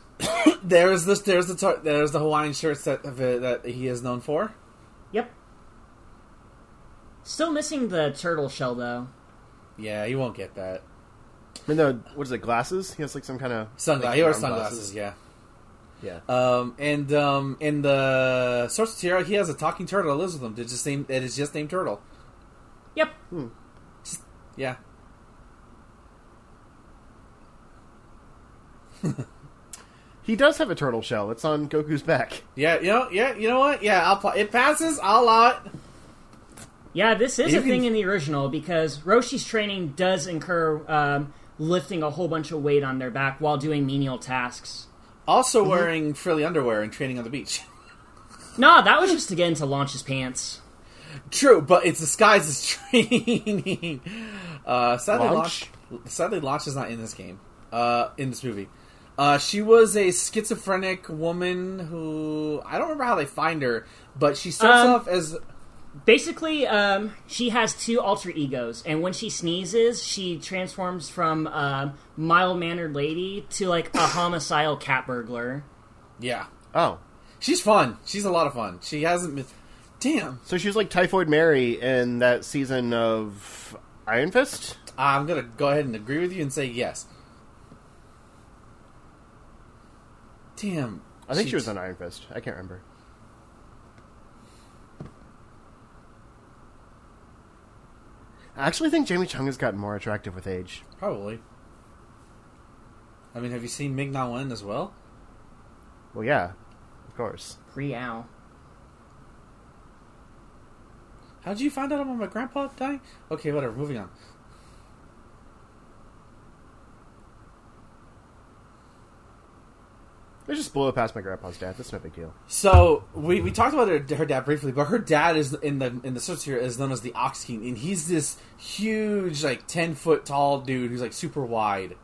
B: There's this. There's the tar- there's the Hawaiian shirts that that he is known for.
C: Yep. Still missing the turtle shell though.
B: Yeah, he won't get that.
D: I mean, the what is it? Glasses? He has like Uh, some kind of
B: Sunglasses. He wears sunglasses. Yeah.
D: Yeah.
B: Um, and um, in the source material, he has a talking turtle that lives with him. It's just named. It is just named Turtle.
C: Yep.
B: Yeah.
D: He does have a turtle shell. It's on Goku's back.
B: Yeah. You know. Yeah. You know what? Yeah. I'll. Pa- it passes. I'll allow it.
C: Yeah, this is
B: You
C: a
B: can-
C: thing in the original because Roshi's training does incur um, lifting a whole bunch of weight on their back while doing menial tasks.
B: Also wearing frilly underwear and training on the beach.
C: No, that was just to get him to launch his pants.
B: True, but it's disguised as training. Uh, sadly, launch.
D: Launch?
B: sadly, launch is not in this game. Uh, in this movie, uh, she was a schizophrenic woman who I don't remember how they find her, but she starts
C: Um,
B: off as
C: Basically, um, she has two alter egos, and when she sneezes, she transforms from a mild mannered lady to like a homicidal cat burglar.
B: yeah.
D: Oh,
B: She's fun. She's a lot of fun. She hasn't been. Damn,
D: so she's like Typhoid Mary in that season of Iron Fist.
B: I'm gonna go ahead and agree with you and say yes. Damn,
D: I think she was on Iron Fist. I can't remember. I actually think Jamie Chung has gotten more attractive with age.
B: probably. I mean, have you seen Mig Na Wen as well?
D: Well, yeah, of course.
C: Real.
B: How did you find out about my grandpa dying? Okay, whatever. Moving on.
D: I just blew it past my grandpa's dad. That's no big deal.
B: So we, we talked about her, her dad briefly, but her dad is in the in the search here is known as the Ox King, and he's this huge, like ten foot tall dude who's like super wide.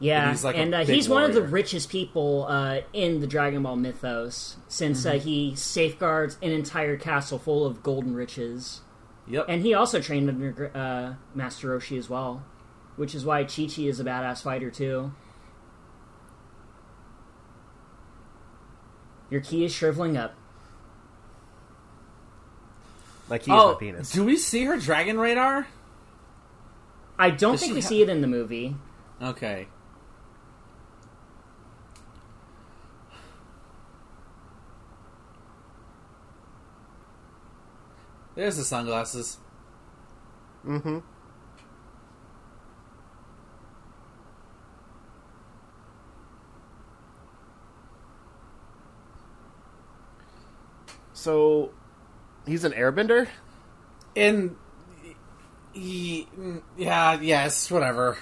C: Yeah,
B: And
C: and
B: he's
C: he's,
B: like a
C: uh,
B: big
C: he's one of the
B: warrior.
C: richest people uh, in the Dragon Ball mythos, since
B: Mm-hmm.
C: uh, he safeguards an entire castle full of golden riches.
B: Yep.
C: And he also trained under uh, Master Roshi as well, which is why Chi Chi is a badass fighter too. Your key is shriveling up.
D: Like he's
B: oh,
D: my penis.
B: do we see her dragon radar?
C: I don't
B: Does
C: think
B: she
C: we
B: ha-
C: see it in the movie.
B: Okay. There's the sunglasses.
D: mm-hmm. so he's an airbender.
B: And he, mm, yeah, yes, whatever.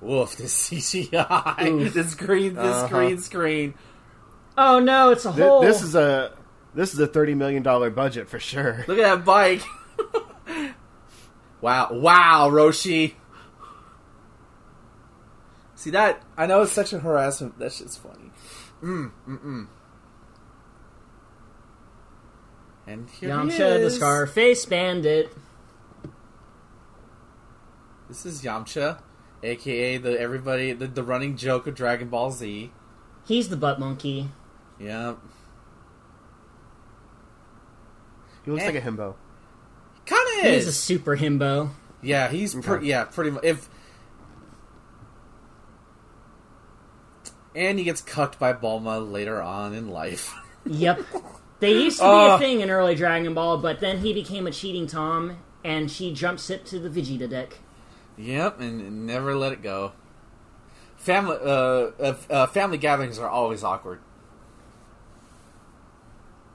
B: Woof! This CGI, this green, this green screen.
C: Oh no, it's a
D: Th-
C: hole.
D: This is a this is a thirty million dollar budget for sure.
B: Look at that bike. wow, wow, Roshi. See that? I know it's such a harassment. That shit's funny. Mm, mm, mm. And here he
C: Yamcha the
B: is.
C: Scarface Bandit.
B: This is Yamcha, aka the everybody the, the running joke of Dragon Ball Z.
C: He's the butt monkey.
B: Yeah.
D: He looks
B: Eh.
D: like a himbo.
B: Kinda
C: He's a
B: is.
C: super himbo.
B: Yeah, he's pretty yeah, pretty much if And he gets cucked by Bulma later on in life.
C: Yep. They used to be
B: Oh.
C: a thing in early Dragon Ball, but then he became a cheating Tom, and she jump sipped to the Vegeta deck.
B: yep, and, and never let it go. Family uh, uh, uh, family gatherings are always awkward.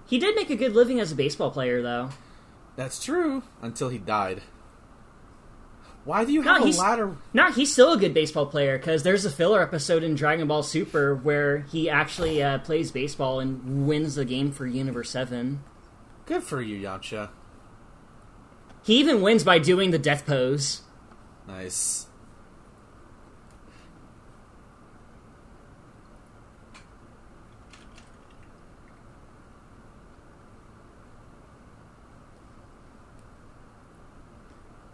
C: He did make a good living as a baseball player, though.
B: That's true. Until he died. Why do you
C: No,
B: have a
C: he's-
B: ladder?
C: No, he's still a good baseball player because there's a filler episode in Dragon Ball Super where he actually uh, plays baseball and wins the game for Universe 7.
B: Good for you, Yamcha.
C: He even wins by doing the death pose.
B: Nice.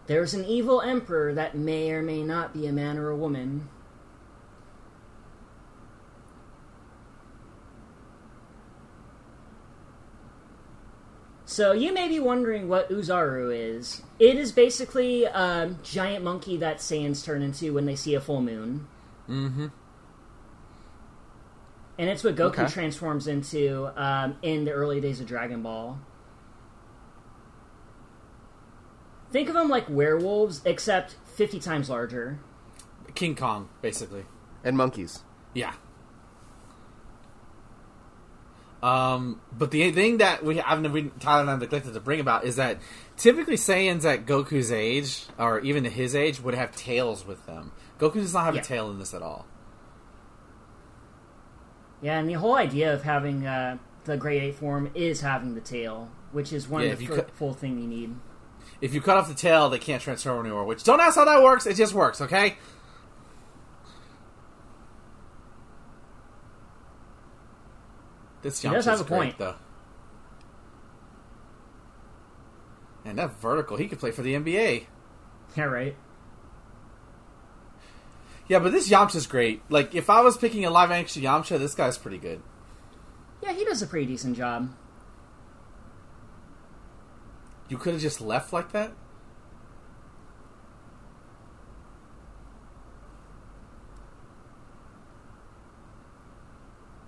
C: There's an evil emperor that may or may not be a man or a woman. So you may be wondering what Uzaru is. It is basically a giant monkey that Saiyans turn into when they see a full moon.
B: Mm-hmm.
C: And it's what Goku
D: Okay.
C: transforms into um, in the early days of Dragon Ball. Think of them like werewolves, except 50 times larger.
B: King Kong, basically.
D: And monkeys.
B: Yeah. Um, but the thing that we I've never Tyler and I neglected to bring about is that typically Saiyans at Goku's age or even at his age would have tails with them. Goku does not have
C: Yeah.
B: a tail in this at all.
C: Yeah, and the whole idea of having uh, the Great Ape form is having the tail, which is one
B: Yeah,
C: of
B: if
C: the
B: you
C: fir-
B: cut-
C: full thing you need.
B: If you cut off the tail, they can't transform anymore. Which don't ask how that works. It just works, okay? This
C: He
B: Yamcha's
C: does have a
B: great,
C: point.
B: though. And that vertical, he could play for the NBA.
C: Yeah, right.
B: Yeah, but this Yamcha's great. Like, if I was picking a live action Yamcha, this guy's pretty good.
C: Yeah, he does a pretty decent job.
B: You could have just left like that.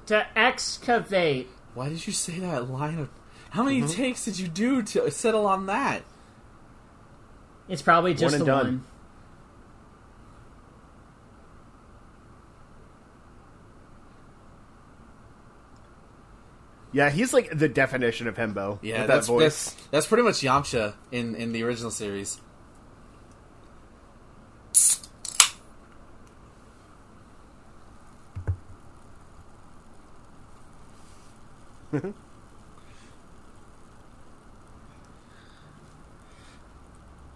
C: To excavate.
B: Why did you say that line of? How
C: Mm-hmm.
B: many takes did you do to settle on that?
C: It's probably just
D: and
C: the
D: done.
C: one.
D: Yeah, he's like the definition of himbo.
B: Yeah,
D: with that
B: that's,
D: voice.
B: That's, that's pretty much Yamcha in in the original series.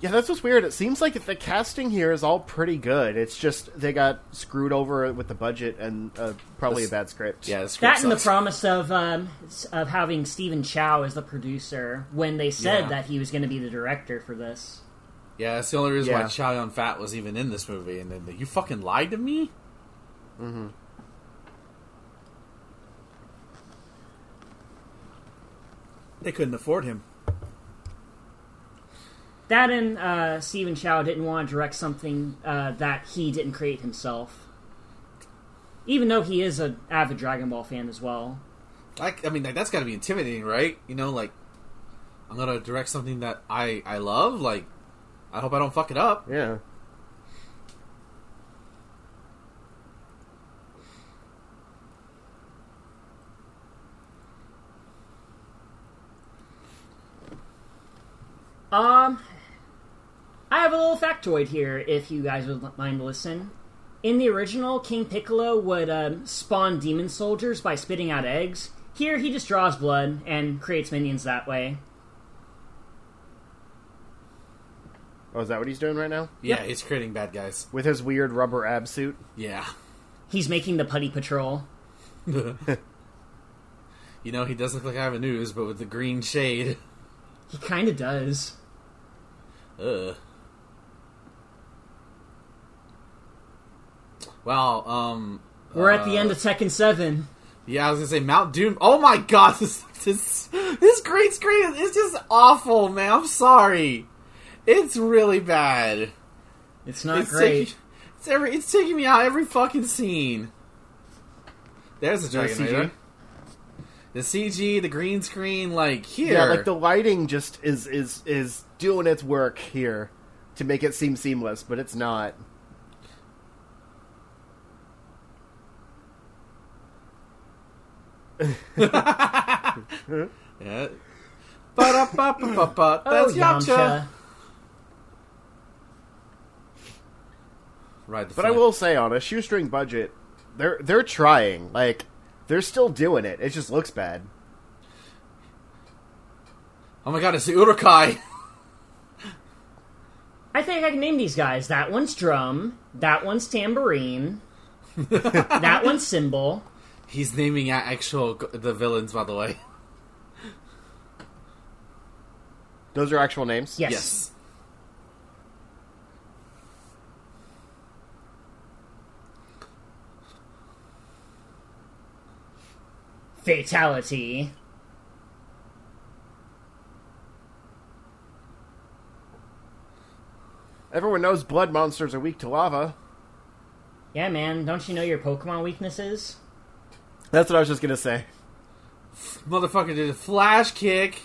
D: Yeah, that's what's weird. It seems like the casting here is all pretty good. It's just they got screwed over with the budget and uh, probably
B: This-
D: a bad script.
B: Yeah, the script
C: That and the
B: sucks.
C: promise of um, s- of having Stephen Chow as the producer when they said
B: Yeah.
C: that he was going to be the director for this.
B: Yeah, that's the only reason why
D: Yeah.
B: Chow Yun Fat was even in this movie, and then you fucking lied to me. They couldn't afford him.
C: That and uh, Stephen Chow didn't want to direct something uh, that he didn't create himself, even though he is an avid Dragon Ball fan as well.
B: Like, I mean, like, that's got to be intimidating, right? You know, like I'm gonna direct something that I I love. Like, I hope I don't fuck it up.
D: Yeah.
C: Um, I have a little factoid here, if you guys would l- mind to listen. In the original, King Piccolo would um, spawn demon soldiers by spitting out eggs. Here, he just draws blood and creates minions that way.
D: Oh, is that what he's doing right now?
B: Yeah, he's creating bad guys.
D: With his weird rubber ab suit?
B: Yeah.
C: He's making the putty patrol.
B: You know, he does look like Avenues, but with the green shade.
C: He kind of does.
B: Ugh. Wow, um.
C: We're at the end
B: Uh.
C: of Tekken 7.
B: Yeah, I was gonna say Mount Doom. Oh my god, this this this green screen is just awful, man. I'm sorry, it's really bad.
C: It's not
B: it's
C: great.
B: Taking, it's every it's taking me out every fucking scene. There's a dragon
D: CG?
B: Raider. The CG, the green screen, like here,
D: Yeah, like the lighting just is is is doing its work here to make it seem seamless, but it's not.
B: Yeah. Ba-da-ba-ba-ba-ba. That's
C: oh,
B: Yamcha.
C: Yamcha.
B: Right, the
D: But I
B: front.
D: will say on a shoestring budget, they're they're trying. Like they're still doing it. It just looks bad.
B: Oh my god, it's the Urukai.
C: I think I can name these guys. That one's drum. That one's tambourine. that one's cymbal.
B: He's naming a- actual g- the villains, by the way.
D: Those are actual names.
C: Yes.
B: Yes.
C: Fatality.
D: Everyone knows blood monsters are weak to lava.
C: Yeah, man. Don't you know your Pokemon weaknesses?
D: That's what I was just gonna say.
B: Motherfucker did a flash kick.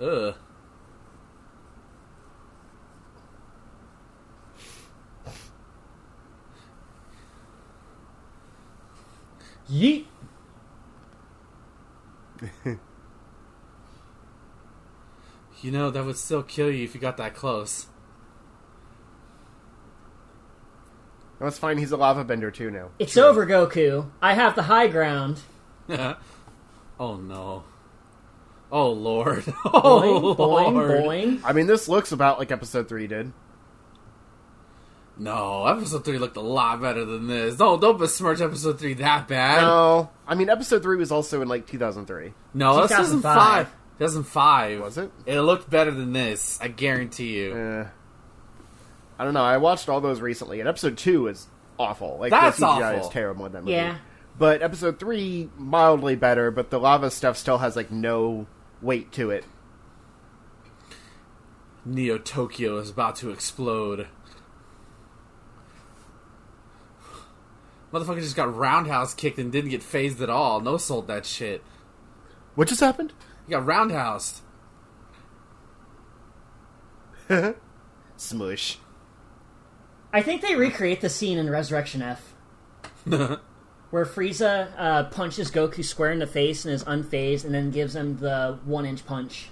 B: Ugh.
C: Yeet.
B: You know, that would still kill you if you got that close.
D: Now Oh, it's fine. He's a lava bender too now.
C: It's over, Goku. I have the high ground.
B: oh no. Oh lord.
C: Boing,
B: Oh
C: boing,
B: lord.
C: boing.
D: I mean, this looks about like episode three did.
B: No, episode three looked a lot better than this. Don't don't besmirch episode three that bad.
D: No, I mean episode three was also in like 2003.
B: no that's
C: 2005.
B: 2005. 2005.
D: Was it?
B: It looked better than this. I guarantee you.
D: Uh, I don't know. I watched all those recently, and episode two is awful. Like
B: That's
D: the CGI
B: awful.
D: is terrible in that movie.
C: Yeah.
D: But episode three mildly better, but the lava stuff still has like no weight to it.
B: Neo Tokyo is about to explode. Motherfucker just got roundhouse kicked and didn't get phased at all. No sold that shit.
D: What just happened?
B: He got roundhoused.
D: Smush.
C: I think they recreate the scene in Resurrection F. Where Frieza uh, punches Goku square in the face and is unfazed, and then gives him the one inch punch.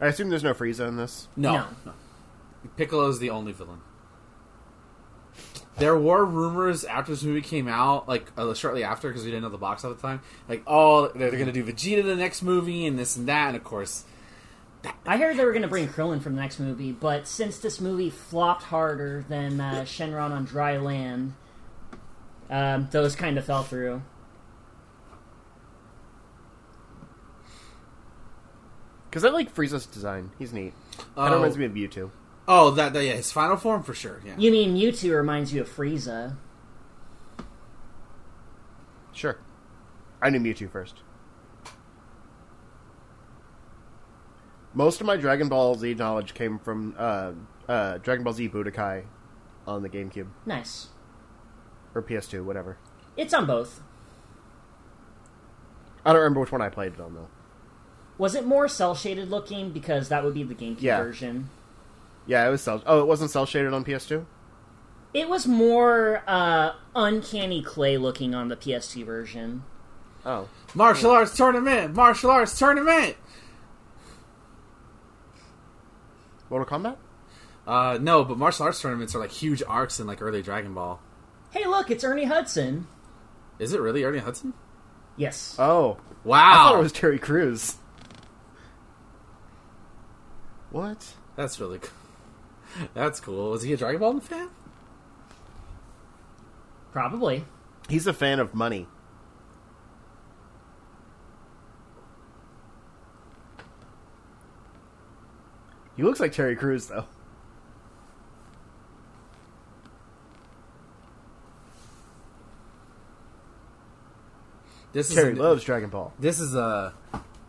D: I assume there's no Frieza in this.
B: No. no. Piccolo's the only villain. There were rumors after this movie came out, like uh, shortly after, because we didn't know the box at the time. Like, oh, they're going to do Vegeta the next movie, and this and that, and of course,
C: I heard they were going to bring Krillin from the next movie, but since this movie flopped harder than uh, Shenron on dry land, um, those kind of fell through.
D: Because I like Frieza's design. He's neat. That
B: Oh.
D: reminds me of Mewtwo.
B: oh, that, that yeah, his final form for sure. Yeah,
C: You mean Mewtwo reminds you of Frieza?
D: Sure. I knew Mewtwo first. Most of my Dragon Ball Z knowledge came from uh, uh, Dragon Ball Z Budokai on the GameCube
C: Nice.
D: or PS2, whatever.
C: It's on both.
D: I don't remember which one I played it on though.
C: Was it more cell shaded looking? Because that would be the GameCube
D: Yeah.
C: version.
D: Yeah, it was cell. Oh, it wasn't cell shaded on PS2.
C: It was more uh, uncanny clay looking on the PSC version.
D: Oh,
B: Martial arts tournament. Martial arts tournament.
D: Mortal Kombat.
B: Uh, no, but martial arts tournaments are like huge arcs in like early Dragon Ball.
C: Hey, look, it's Ernie Hudson.
B: Is it really Ernie Hudson?
C: Yes.
D: Oh,
B: Wow,
D: I thought it was Terry Crews. What?
B: that's really cool. That's cool. Was he a Dragon Ball fan?
C: Probably.
D: He's a fan of money. He looks like Terry Crews, though.
B: This
D: Terry
B: is
D: loves Dragon Ball.
B: this is a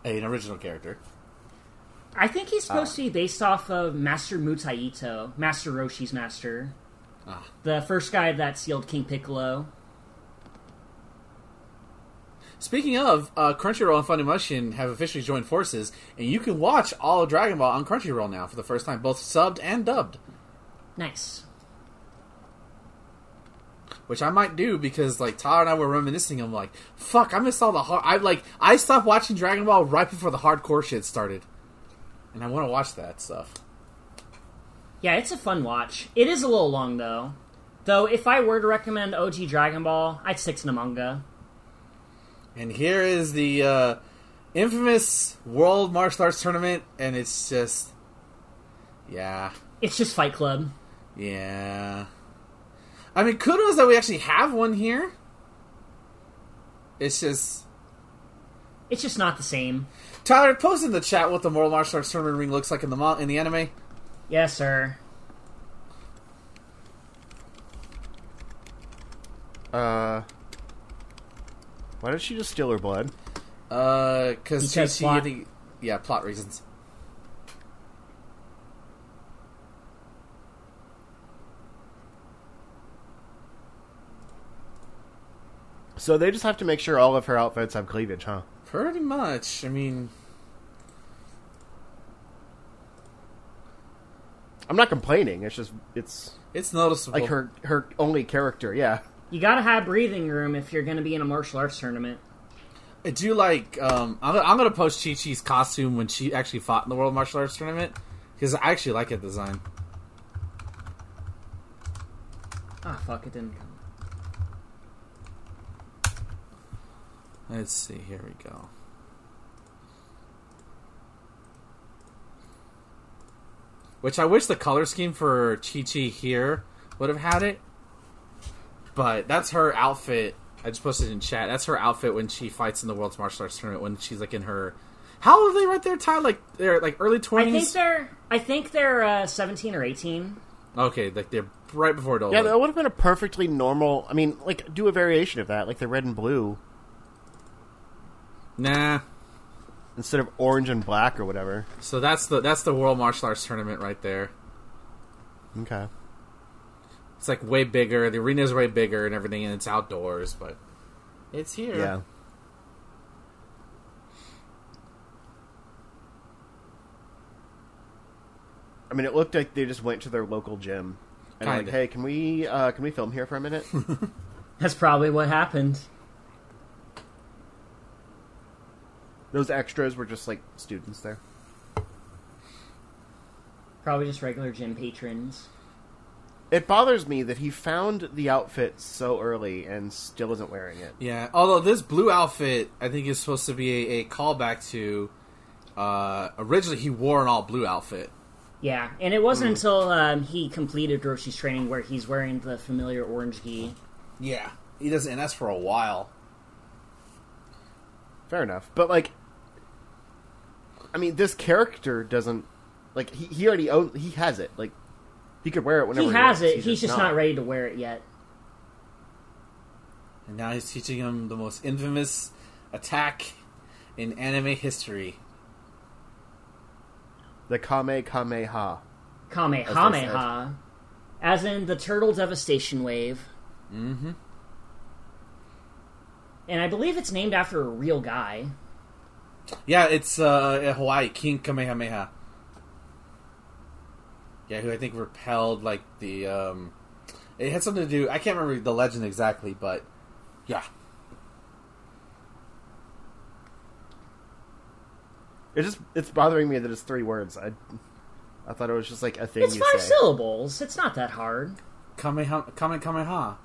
B: an original character.
C: I think he's
D: Ah.
C: supposed to be based off of Master Mutaito, Master Roshi's master.
B: Ah.
C: The first guy that sealed King Piccolo.
B: Speaking of, uh, Crunchyroll and Funimation have officially joined forces, and you can watch all of Dragon Ball on Crunchyroll now for the first time, both subbed and dubbed.
C: Nice.
B: Which I might do because like Tyler and I were reminiscing. I'm like, fuck, I missed all the hard. I like I stopped watching Dragon Ball right before the hardcore shit started, and I want to watch that stuff.
C: Yeah, it's a fun watch. It is a little long though. Though if I were to recommend OG Dragon Ball, I'd stick to the manga.
B: And here is the uh, infamous World Martial Arts Tournament, and it's just, yeah,
C: It's just Fight Club.
B: yeah. I mean, kudos that we actually have one here. It's just
C: It's just not the same.
B: Tyler post in the chat what the World Martial Arts Tournament ring looks like in the mo- in the anime.
C: Yes, sir.
D: Uh, why did she just steal her blood?
B: Uh, cause
C: Because
B: Chi-Chi,
C: plot.
B: the- yeah, plot reasons.
D: So they just have to make sure all of her outfits have cleavage, huh?
B: Pretty much. I mean,
D: I'm not complaining. It's just it's
B: it's noticeable.
D: like her her only character. Yeah.
C: You gotta have breathing room if you're gonna be in a martial arts tournament.
B: I do like. Um, I'm, I'm gonna post Chi Chi's costume when she actually fought in the World Martial Arts Tournament because I actually like that design.
C: Ah, fuck, it didn't come.
B: Let's see. Here we go. Which I wish the color scheme for Chi Chi here would have had it, but that's her outfit. I just posted in chat. That's her outfit when she fights in the World's Martial Arts Tournament when she's like in her. How old are they right there, Ty? Like they're like early
C: I think
B: twenties.
C: they're I think they're uh, seventeen or eighteen.
B: Okay, like they're right before adulthood.
D: Yeah, that would have been a perfectly normal. I mean, like do a variation of that, like the red and blue
B: Nah.
D: instead of orange and black or whatever.
B: So that's the that's the World Martial Arts Tournament right there.
D: Okay.
B: It's like way bigger. The arena's way bigger and everything, and it's outdoors, but it's here.
D: Yeah. I mean, it looked like they just went to their local gym and like,
B: Kinda.
D: hey, can we uh, can we film here for a minute?
C: That's probably what happened.
D: Those extras were just like students there.
C: Probably just regular gym patrons.
D: It bothers me that he found the outfit so early and still isn't wearing it.
B: Yeah. Although this blue outfit, I think, is supposed to be a, a callback to uh, originally he wore an all blue outfit.
C: Yeah, and it wasn't until um, he completed Roshi's training where he's wearing the familiar orange gi.
B: Yeah. He doesn't, and that's for a while.
D: Fair enough, but like, I mean, this character doesn't like he, he already own he has it. Like, he could wear it whenever
C: He
D: he,
C: has
D: wants.
C: it. He's just not. ready to wear it yet.
B: And now he's teaching him the most infamous attack in anime history.
D: The Kame Kameha.
C: Kamehameha, as in the turtle devastation wave. Mm-hmm. and I believe it's named after a real guy.
B: Yeah, it's uh, Hawaii King Kamehameha. Yeah, who I think repelled like the. Um, it had something to do. I can't remember the legend exactly, but yeah,
D: It just it's bothering me that it's three words. I I thought it was just like a thing
C: It's
D: you
C: five
D: say.
C: syllabables. It's not that hard.
B: Kamehameha. Kamehameha.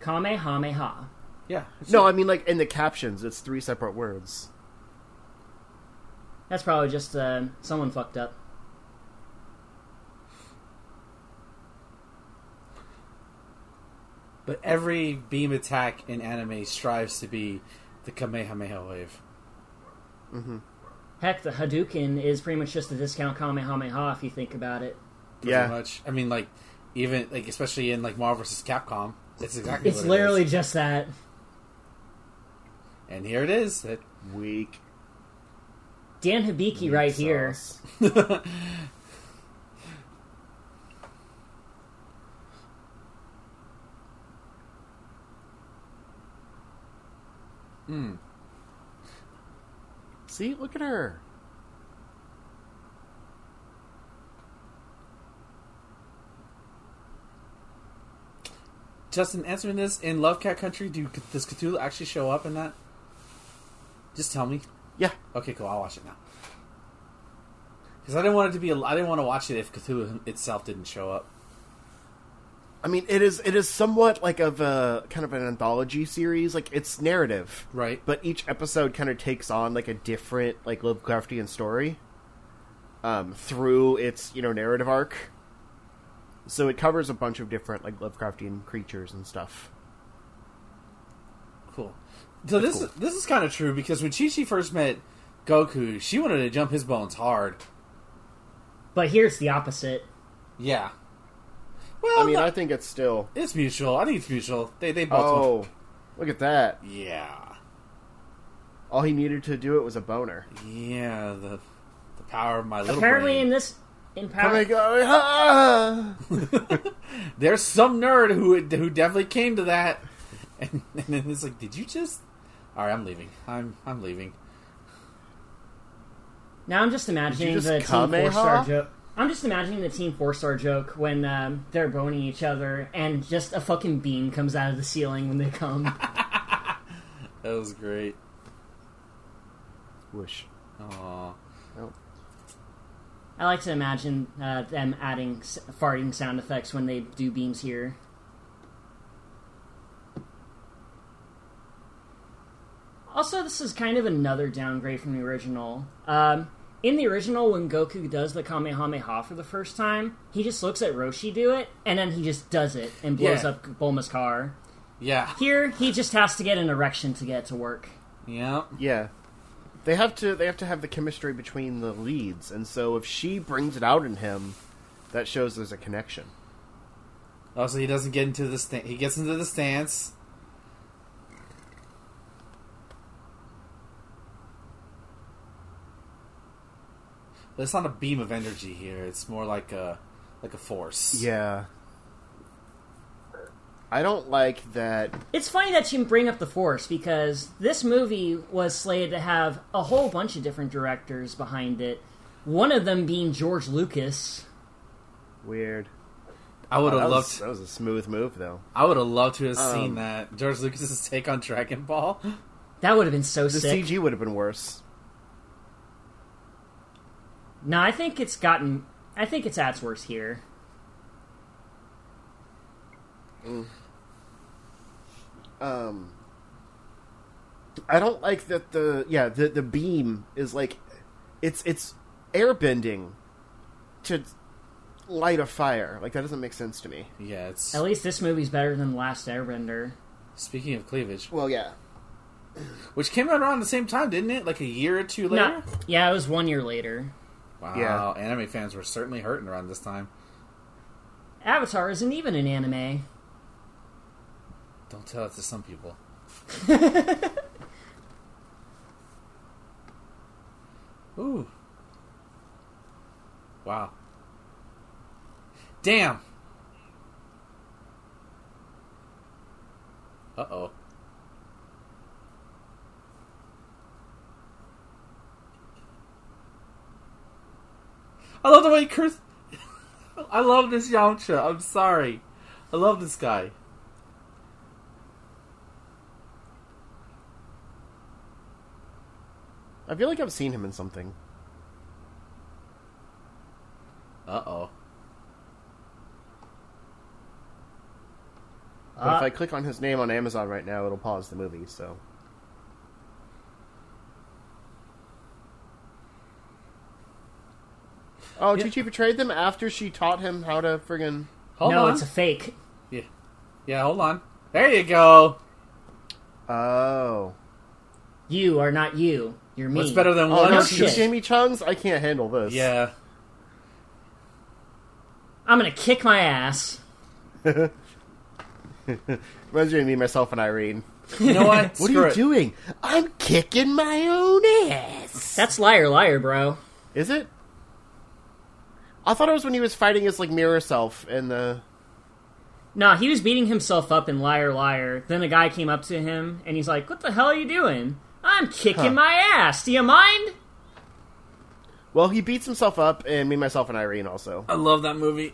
C: Kamehameha.
B: Yeah. it's
D: No,
B: it.
D: I mean like in the captions, it's three separate words.
C: That's probably just uh, someone fucked up.
B: But every beam attack in anime strives to be the Kamehameha wave.
C: Heck, the Hadouken is pretty much just a discount Kamehameha if you think about it.
B: Pretty
D: yeah,
B: much. I mean, like even like especially in like Marvel vs. Capcom, it's exactly.
C: It's
B: what it
C: literally
B: is.
C: just that.
B: And here it is. It-
D: weak.
C: Dan Hibiki right here.
D: sauce. Hmm. See, look at her.
B: Justin, answering this in Love Cat Country, do does Cthulhu actually show up in that? Just tell me.
D: Yeah,
B: Okay, cool. I'll watch it now. Because I didn't want it to be. I I didn't want to watch it if Cthulhu itself didn't show up.
D: I mean it is it is somewhat like of a kind of an anthology series. Like it's narrative,
B: Right.
D: But each episode kind of takes on like a different like Lovecraftian story um, through its you know narrative arc. So it covers a bunch of different like Lovecraftian creatures and stuff.
B: Cool. So this is this is kind of true because when Chi Chi first met Goku, she wanted to jump his bones hard.
C: But here it's the opposite.
B: Yeah. Well,
D: I mean,
B: no-
D: I think it's still.
B: it's mutual. I think it's mutual. They they both. want-
D: Oh, look at that!
B: Yeah.
D: All he needed to do it was a boner.
B: Yeah. The the power of my little.
C: Apparently,
B: brain.
C: in this in
D: Oh
C: power,
D: my god! ah!
B: there's some nerd who who definitely came to that, and, and then it's like, did you just? All right, I'm leaving. I'm I'm leaving.
C: now I'm just
D: Did
C: imagining
D: you just
C: the team four
D: Kamehameha?
C: star joke. I'm just imagining the team four star joke when um, they're boning each other and just a fucking beam comes out of the ceiling when they come.
B: That was great.
D: Whoosh.
B: Aww.
D: Nope.
C: I like to imagine uh, them adding s- farting sound effects when they do beams here. Also, this is kind of another downgrade from the original. Um, in the original, when Goku does the Kamehameha for the first time, he just looks at Roshi do it, and then he just does it and blows
B: Yeah.
C: up Bulma's car.
B: Yeah.
C: Here, he just has to get an erection to get to work.
B: Yep.
D: Yeah. They have to they have to have the chemistry between the leads, and so if she brings it out in him, that shows there's a connection.
B: Also, he doesn't get into the sta- he gets into the stance. But it's not a beam of energy here. It's more like a like a force.
D: Yeah. I don't like that
C: It's funny that you bring up the Force because this movie was slated to have a whole bunch of different directors behind it. One of them being George Lucas.
D: weird. Oh,
B: I would
D: That
B: have
D: was,
B: loved.
D: that was a smooth move though.
B: I would have loved to have seen
D: Um,
B: that George Lucas's take on Dragon Ball.
C: That would have been so
D: The
C: sick.
D: CG would have been worse.
C: No, I think it's gotten. I think it's ads worse here.
D: Um I don't like that the yeah, the the beam is like it's it's airbending to light a fire. Like that doesn't make sense to me.
B: Yeah, it's
C: At least this movie's better than The Last Airbender.
B: speaking of cleavage,
D: Well, yeah.
B: which came out around the same time, didn't it? Like a year or two later.
C: No, yeah, it was one year later.
B: Wow, anime fans were certainly hurting around this time.
C: Avatar isn't even an anime.
B: Don't tell it to some people. Ooh. Wow. Damn. Uh oh. I love the way Chris. I love this Yamcha. I'm sorry. I love this guy.
D: I feel like I've seen him in something.
B: Uh oh.
D: But
B: Uh,
D: if I click on his name on Amazon right now, it'll pause the movie. So Oh,
B: Yeah.
D: Chi-Chi betrayed them after she taught him how to friggin'
B: Hold
C: no,
B: on.
C: it's a fake.
B: yeah. yeah, hold on. There you go.
D: Oh.
C: You are not you. You're me.
B: What's better than
D: Oh,
B: one?
D: no,
C: no
D: she's
C: shit.
D: Jamie Chung's? I can't handle this.
B: Yeah.
C: I'm gonna kick my ass.
D: Reminds me of me, myself, and Irene.
B: You know what?
D: What
B: Screw
D: are you
B: it.
D: doing? I'm kicking my own ass.
C: That's liar, liar, bro.
D: Is it? I thought it was when he was fighting his like mirror self in the
C: Nah, he was beating himself up in liar, liar. Then a guy came up to him and he's like, "What the hell are you doing? I'm kicking
D: Huh.
C: my ass. Do you mind?"
D: Well, he beats himself up and me, myself, and Irene also.
B: I love that movie.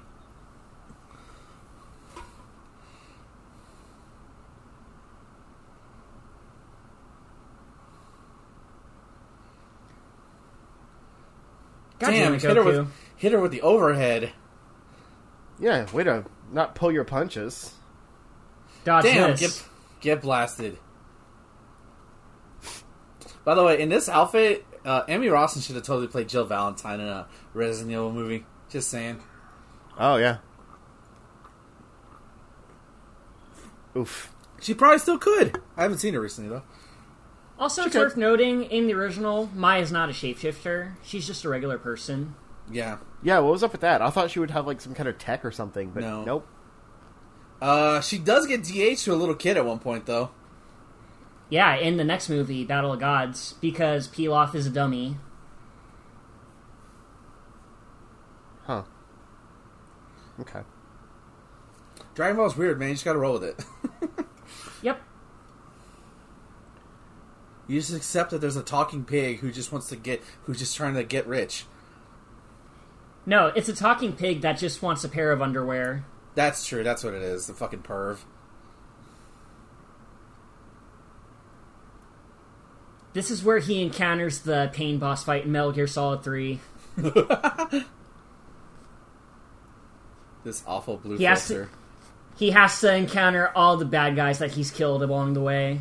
C: God
B: Damn,
C: damn, it,
B: hit her
C: Goku.
B: with hit her with the overhead.
D: Yeah, way to not pull your punches.
C: Dodge
B: Damn,
C: this.
B: get get blasted. By the way, in this outfit, uh, Emmy Rossum should have totally played Jill Valentine in a Resident Evil movie. Just saying.
D: Oh yeah. Oof.
B: She probably still could. I haven't seen her recently though.
C: Also, it's worth noting in the original, Maya's not a shapeshifter. She's just a regular person.
B: Yeah.
D: Yeah, what was up with that? I thought she would have like some kind of tech or something, but
B: No.
D: nope.
B: Uh, she does get DH to a little kid at one point though.
C: Yeah, in the next movie, Battle of Gods, because Pilaf is a dummy.
D: Huh. Okay.
B: Dragon Ball's weird, man. You just gotta roll with it.
C: Yep.
B: you just accept that there's a talking pig who just wants to get, who's just trying to get rich.
C: No, it's a talking pig that just wants a pair of underwear.
B: That's true. That's what it is. The fucking perv.
C: This is where he encounters the pain boss fight in Metal Gear Solid 3.
B: This awful blue
C: He has to-
B: filter.
C: He has to encounter all the bad guys that he's killed along the way.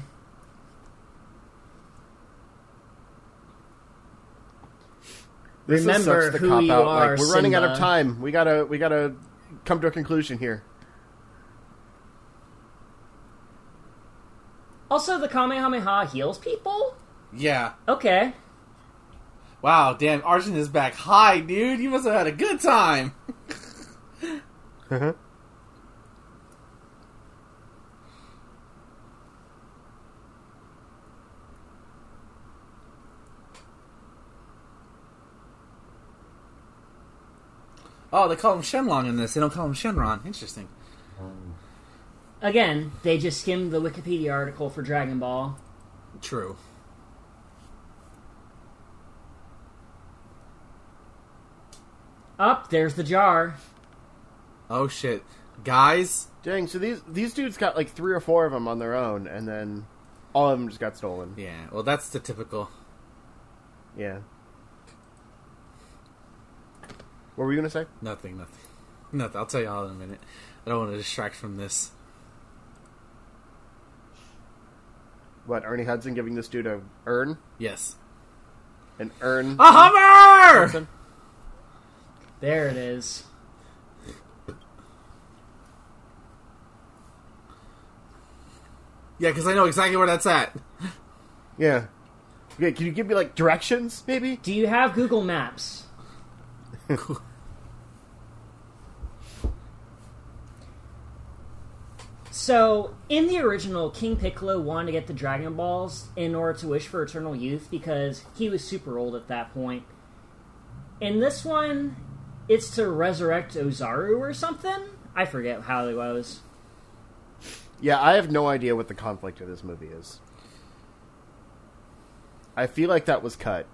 D: This is
C: Remember
D: such the
C: who
D: cop
C: you
D: out.
C: are,
D: like we're running out of
C: Simba.
D: time. We gotta we gotta come to a conclusion here.
C: Also, the Kamehameha heals people?
B: Yeah.
C: Okay.
B: Wow, damn, Arjun is back high, dude. You must have had a good time.
D: Mm-hmm.
B: oh, they call him Shenlong in this. They don't call him Shenron. Interesting.
C: Again, they just skimmed the Wikipedia article for Dragon Ball.
B: True.
C: Up, there's the jar.
B: Oh shit, guys.
D: Dang, so these these dudes got like three or four of them on their own, and then all of them just got stolen.
B: Yeah. Well, that's the typical.
D: Yeah. What were you gonna say?
B: Nothing. Nothing. Nothing. I'll tell you all in a minute. I don't want to distract from this.
D: What Ernie Hudson giving this dude a urn?
B: Yes.
D: An urn?
B: A Hummer!
C: There it is.
B: Yeah, because I know exactly where that's at.
D: Yeah. Okay, can you give me like directions, maybe?
C: Do you have Google Maps? so, in the original, King Piccolo wanted to get the Dragon Balls in order to wish for eternal youth because he was super old at that point. In this one, it's to resurrect Ozaru or something? I forget how it was.
D: Yeah, I have no idea what the conflict of this movie is. I feel like that was cut.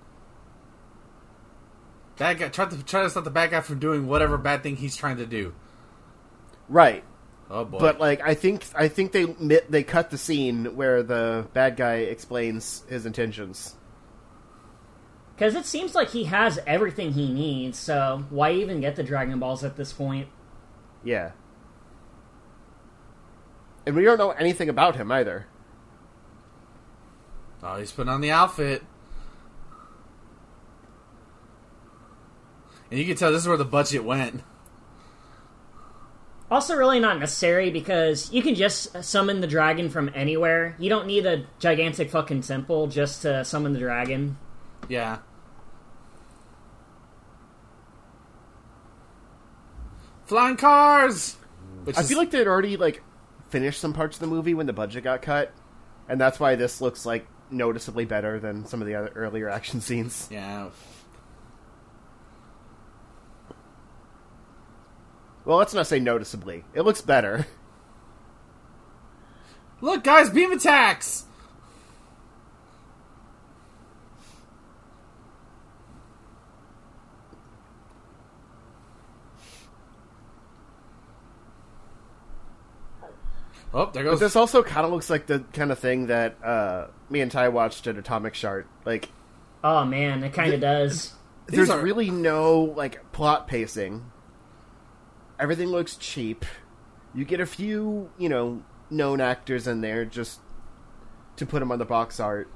B: That guy try to try to stop the bad guy from doing whatever bad thing he's trying to do.
D: Right.
B: Oh boy!
D: But like I think I think they mi- they cut the scene where the bad guy explains his intentions.
C: Because it seems like he has everything he needs, so why even get the Dragon Balls at this point?
D: Yeah. And we don't know anything about him either.
B: oh, he's putting on the outfit, and you can tell this is where the budget went.
C: Also, really not necessary because you can just summon the dragon from anywhere. You don't need a gigantic fucking temple just to summon the dragon.
B: Yeah. Flying cars. Which
D: I
B: is-
D: feel like they'd already like finished some parts of the movie when the budget got cut, and that's why this looks like noticeably better than some of the other earlier action scenes.
B: yeah.
D: Well, let's not say noticeably. It looks better.
B: Look, guys, beam attacks. Oh, there
D: But
B: goes.
D: this also kind of looks like the kind of thing that uh, me and Ty watched at Atomic Shard. Like,
C: Oh man, it kind of does.
B: These
D: there's
B: are-
D: really no like plot pacing. Everything looks cheap. You get a few, you know, known actors in there just to put them on the box art,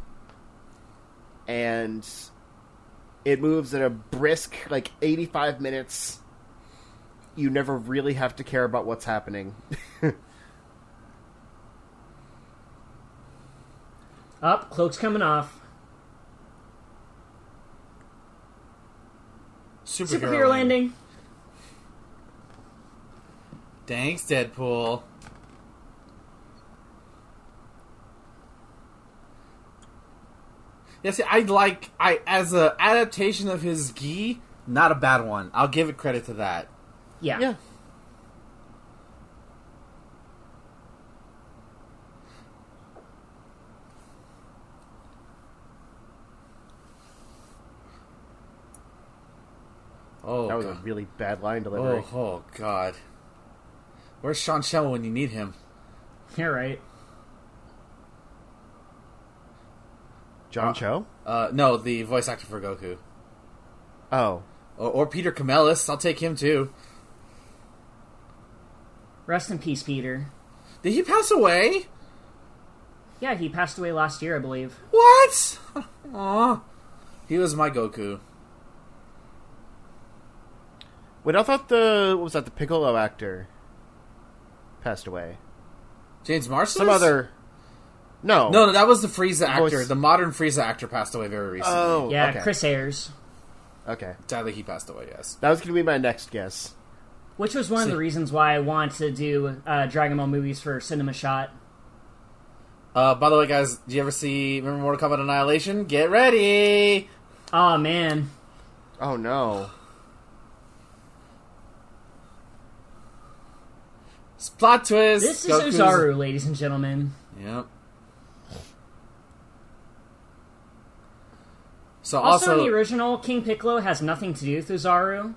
D: and it moves at a brisk like 85 minutes. You never really have to care about what's happening.
C: Up, cloak's coming off. Superhero landing.
B: Thanks, Deadpool. Yeah, see, I like I as a adaptation of his gi, not a bad one. I'll give it credit to that.
C: Yeah.
B: Oh,
D: that was a
B: God.
D: really bad line delivery.
B: oh, oh God. Where's Sean Shell when you need him?
C: You're right.
D: John Cho?
B: Uh, no, the voice actor for Goku,
D: Oh.
B: or, or Peter Kamelis. I'll take him too.
C: Rest in peace, Peter.
B: Did he pass away?
C: Yeah, he passed away last year, I believe.
B: What? Aw. He was my Goku.
D: Wait, I thought the what was that the Piccolo actor passed away.
B: James Marston?
D: Some other. No.
B: No, no, that was the Frieza
D: voice-
B: actor. The modern Frieza actor passed away very recently.
D: Oh.
C: Yeah,
D: Okay.
C: Chris Ayers,
D: Okay.
B: Sadly, he passed away. Yes.
D: That was going to be my next guess.
C: which was one of
B: See-
C: the reasons why I wanted to do uh, Dragon Ball movies for Cinema Shot.
B: Uh, by the way, guys, do you ever see remember Mortal Kombat Annihilation? Get ready.
C: Oh man,
D: Oh no.
B: It's Plot twist.
C: this is
B: Goku's-
C: Ozaru, ladies and gentlemen.
B: Yep. So
C: Also,
B: also,
C: in the original, King Piccolo has nothing to do with Ozaru.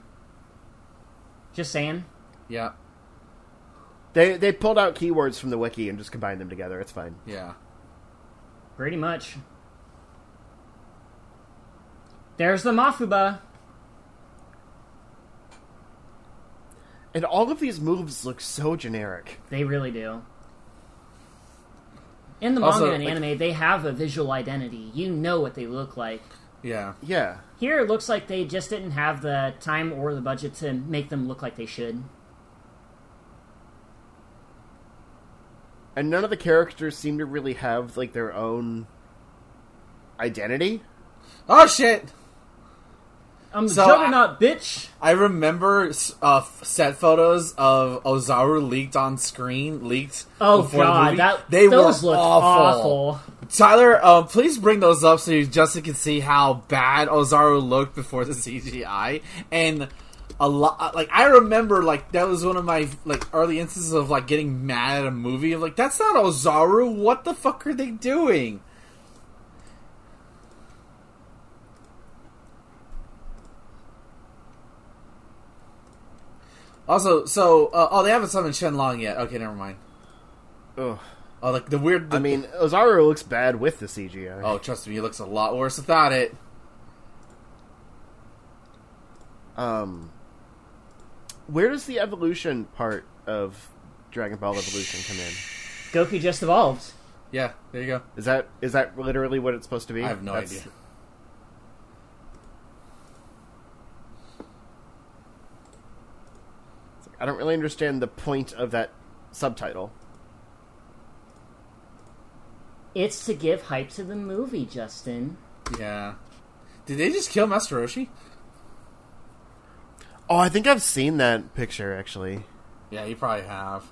C: Just saying.
B: yeah,
D: They they pulled out keywords from the wiki and just combined them together. It's fine.
B: yeah.
C: Pretty much. There's the Mafuba.
D: And all of these moves look so generic.
C: They really do. In the manga
B: Also,
C: and
B: like-
C: anime, they have a visual identity. You know what they look like.
B: Yeah.
D: Yeah.
C: Here, it looks like they just didn't have the time or the budget to make them look like they should.
D: And none of the characters seem to really have like their own identity.
B: Oh shit!
C: I'm the
B: So,
C: Um, juggernaut, bitch.
B: I remember s- uh, f- set photos of Ozaru leaked on screen, leaked.
C: Oh
B: before the
C: god,
B: movie.
C: that
B: they
C: those
B: were
C: look
B: awful.
C: awful.
B: Tyler, uh, please bring those up so you, Justin can see how bad Ozaru looked before the CGI. And a lot, like I remember, like that was one of my like early instances of like getting mad at a movie. of like, that's not Ozaru. What the fuck are they doing? Also, so uh, oh, they haven't summoned Shenlong yet. Okay, never mind.
D: Ugh.
B: Oh, like the weird. The,
D: I mean, Ozaru looks bad with the CGI.
B: oh, trust me, he looks a lot worse without it.
D: Um, where does the evolution part of Dragon Ball Evolution come in?
C: Goku just evolved.
B: Yeah, there you go.
D: Is that is that literally what it's supposed to be?
B: I have no
D: That's-
B: idea.
D: I don't really understand the point of that subtitle.
C: It's to give hype to the movie, Justin.
B: Yeah. Did they just kill Master Roshi?
D: Oh, I think I've seen that picture actually.
B: Yeah, you probably have.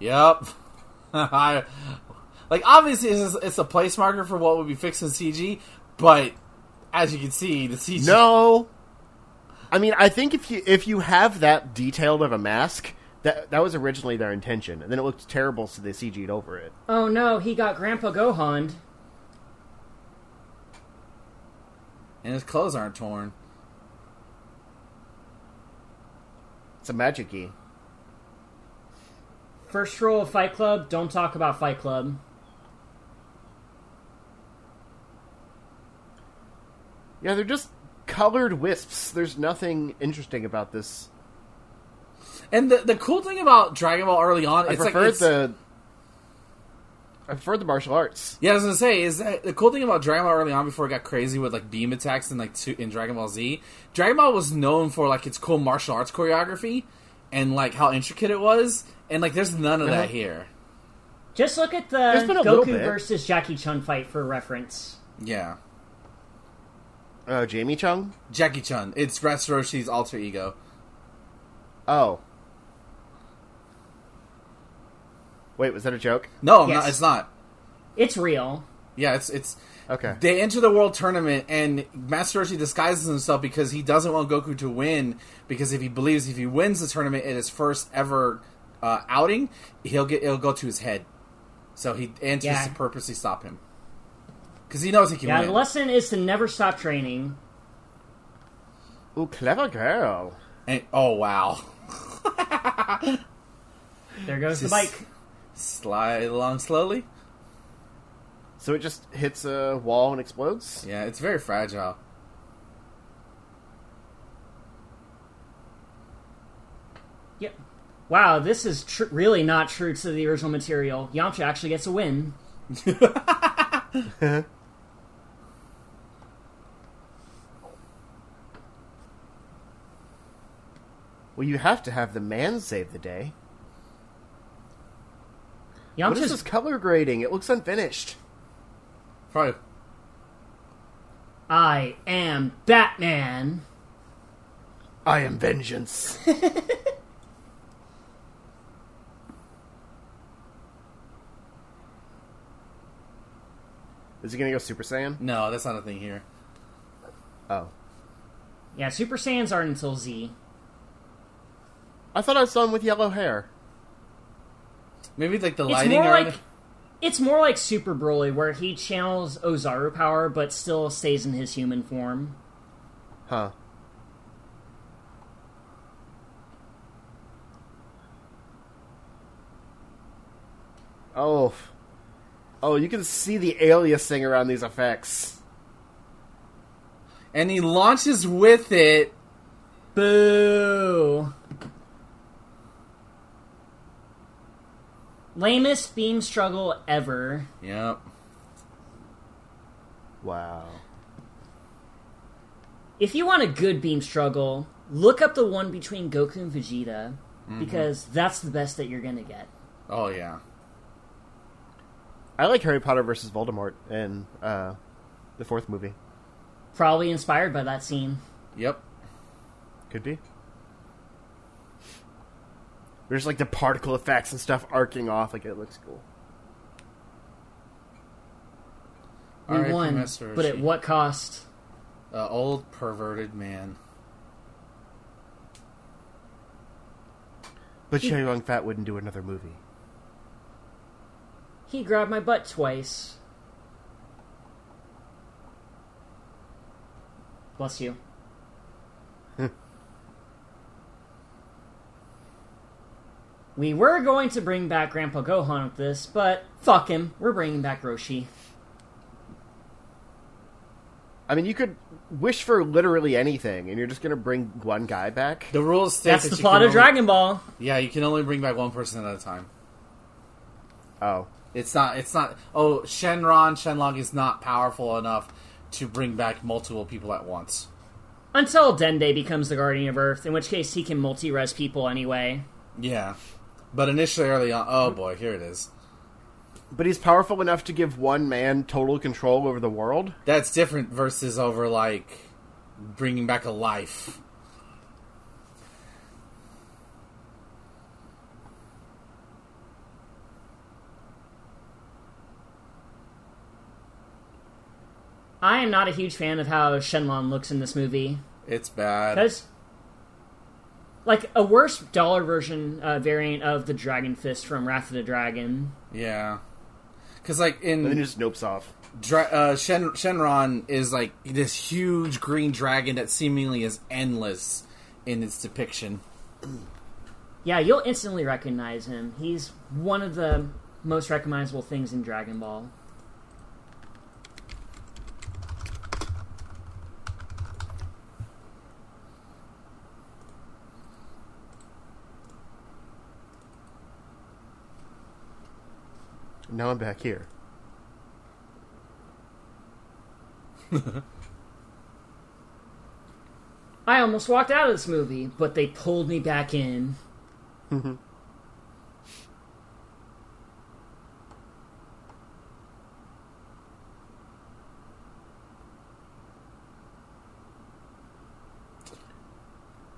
B: Yep. I, like, obviously, it's, it's a place marker for what would be fixed in CG, but as you can see, the CG.
D: No, I mean I think if you if you have that detailed of a mask, that that was originally their intention, and then it looked terrible, so they CG'd over it.
C: Oh no, he got Grandpa Gohan.
B: And his clothes aren't torn.
D: It's a magic key.
C: First rule of Fight Club: don't talk about Fight Club.
D: Yeah, they're just colored wisps. There's nothing interesting about this.
B: And the, the cool thing about Dragon Ball early on,
D: I
B: it's like.
D: prefer
B: It's,
D: the. I prefer the martial arts.
B: Yeah, I was gonna say is that the cool thing about Dragon Ball early on before it got crazy with like beam attacks and like two, in Dragon Ball Z, Dragon Ball was known for like its cool martial arts choreography and like how intricate it was, and like there's none of that
D: Uh-huh.
B: here.
C: Just look at the
D: There's been a little
C: Goku
D: bit.
C: versus Jackie Chun fight for reference.
B: Yeah,
D: Oh, Jamie Chung.
B: Jackie Chun, it's Master Roshi's alter ego.
D: Oh. Wait, was that a joke?
B: No, I'm
C: Yes.
B: not, it's not.
C: It's real.
B: Yeah, it's it's.
D: Okay.
B: They enter the world tournament, and Master Roshi disguises himself because he doesn't want Goku to win. Because if he believes if he wins the tournament at his first ever uh, outing, he'll get it'll go to his head. So he enters
C: Yeah.
B: to purposely stop him because he knows he can
C: Yeah,
B: win.
C: the lesson is to never stop training.
D: Ooh, clever girl.
B: And- oh wow,
C: There goes the
B: Just-
C: bike.
B: slide along slowly.
D: So it just hits a wall and explodes?
B: Yeah, it's very fragile.
C: Yep. Wow, this is tr- really not true to the original material. Yamcha actually gets a win.
D: Well, you have to have the man save the day. What is
C: Yamcha's
D: this color grading? It looks unfinished.
B: Probably.
C: I am Batman.
D: I am vengeance. Is he gonna go Super Saiyan?
B: No, that's not a thing here.
D: Oh.
C: Yeah, Super Saiyans aren't until Z.
D: I thought I saw him with yellow hair.
B: Maybe like the
C: It's
B: lighting.
C: more
B: or
C: like it's more like Super Broly, where he channels Ozaru power but still stays in his human form.
D: Huh. Oh. Oh, you can see the aliasing around these effects.
B: and he launches with it.
C: Boo. Lamest beam struggle ever.
B: Yep.
D: Wow.
C: If you want a good beam struggle, look up the one between Goku and Vegeta
B: Mm-hmm.
C: because that's the best that you're going to get.
B: Oh yeah.
D: I like Harry Potter versus Voldemort in uh, the fourth movie.
C: Probably inspired by that scene.
B: Yep.
D: Could be. There's like the particle effects and stuff arcing off. Like it looks cool.
C: We
B: R.I.P.
C: won,
B: Master
C: but at
B: Roshi.
C: what cost?
B: Uh, old perverted man.
D: But Sherry Young Fat wouldn't do another movie.
C: He grabbed my butt twice. Bless you. We were going to bring back Grandpa Gohan with this, but fuck him. We're bringing back Roshi.
D: I mean, you could wish for literally anything, and you're just gonna bring one guy back.
B: The rules state
C: That's
B: that
C: the
B: you
C: plot
B: can
C: of
B: only-
C: Dragon Ball.
B: Yeah, you can only bring back one person at a time.
D: Oh,
B: It's not. It's not. Oh, Shenron Shenlong is not powerful enough to bring back multiple people at once.
C: Until Dende becomes the Guardian of Earth, in which case he can multi res people anyway.
B: Yeah, but initially early on. Oh boy, here it is.
D: but he's powerful enough to give one man total control over the world.
B: That's different versus over like bringing back a life.
C: I am not a huge fan of how Shenlong looks in this movie.
B: It's bad.
C: Because, like, a worse dollar version uh, variant of the Dragon Fist from Wrath of the Dragon.
B: yeah, because like
D: And then he
B: in
D: just nopes off.
B: Dra- uh, Shen- Shenron is like this huge green dragon that seemingly is endless in its depiction.
C: Yeah, you'll instantly recognize him. He's one of the most recognizable things in Dragon Ball.
D: Now I'm back here.
C: I almost walked out of this movie, but they pulled me back in.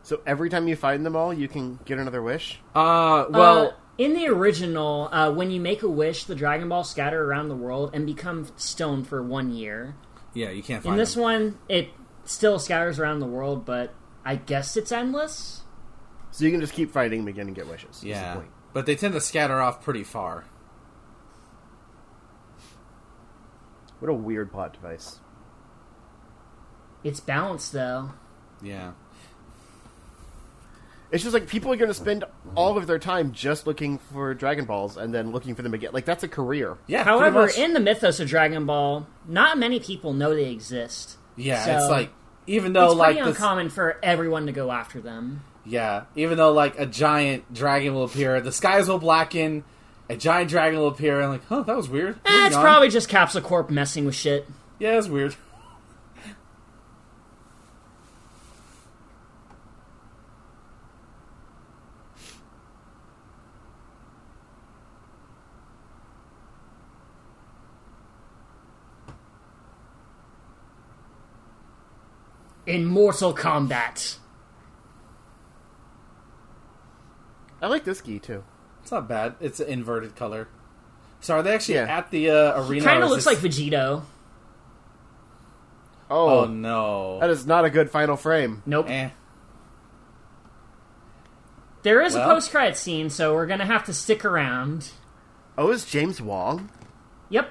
D: So every time you find them all, you can get another wish.
B: Uh, well,
C: Uh, in the original, uh, when you make a wish, the Dragon Balls scatter around the world and become stone for one year.
B: yeah, you can't find
C: In this
B: him.
C: one, it still scatters around the world, but I guess it's endless.
D: So you can just keep fighting them again and get wishes. is the
B: Yeah,
D: point.
B: but they tend to scatter off pretty far.
D: What a weird plot device.
C: It's balanced though.
B: Yeah.
D: It's just like people are going to spend all of their time just looking for Dragon Balls and then looking for them again. Like that's a career.
B: Yeah. pretty
C: However,
B: much.
C: in the mythos of Dragon Ball, not many people know they exist.
B: yeah,
C: so-
B: it's like even though
C: it's
B: like
C: pretty
B: this,
C: uncommon for everyone to go after them.
B: yeah, even though like a giant dragon will appear, the skies will blacken, a giant dragon will appear, and like, huh, that was weird.
C: Eh,
B: Moving
C: it's
B: on.
C: probably just Capsule Corp messing with shit.
B: yeah, it's weird.
C: In Mortal Kombat.
D: I like this gi too.
B: It's not bad. It's an inverted color. So are they actually
D: Yeah.
B: at the uh, arena?
C: Kinda
B: or is
C: looks
B: this-
C: like Vegito.
D: Oh,
B: Oh no.
D: that is not a good final frame.
C: Nope.
B: Eh.
C: There is
B: Well.
C: a post credit scene, so we're gonna have to stick around.
D: Oh, is James Wong
C: Yep.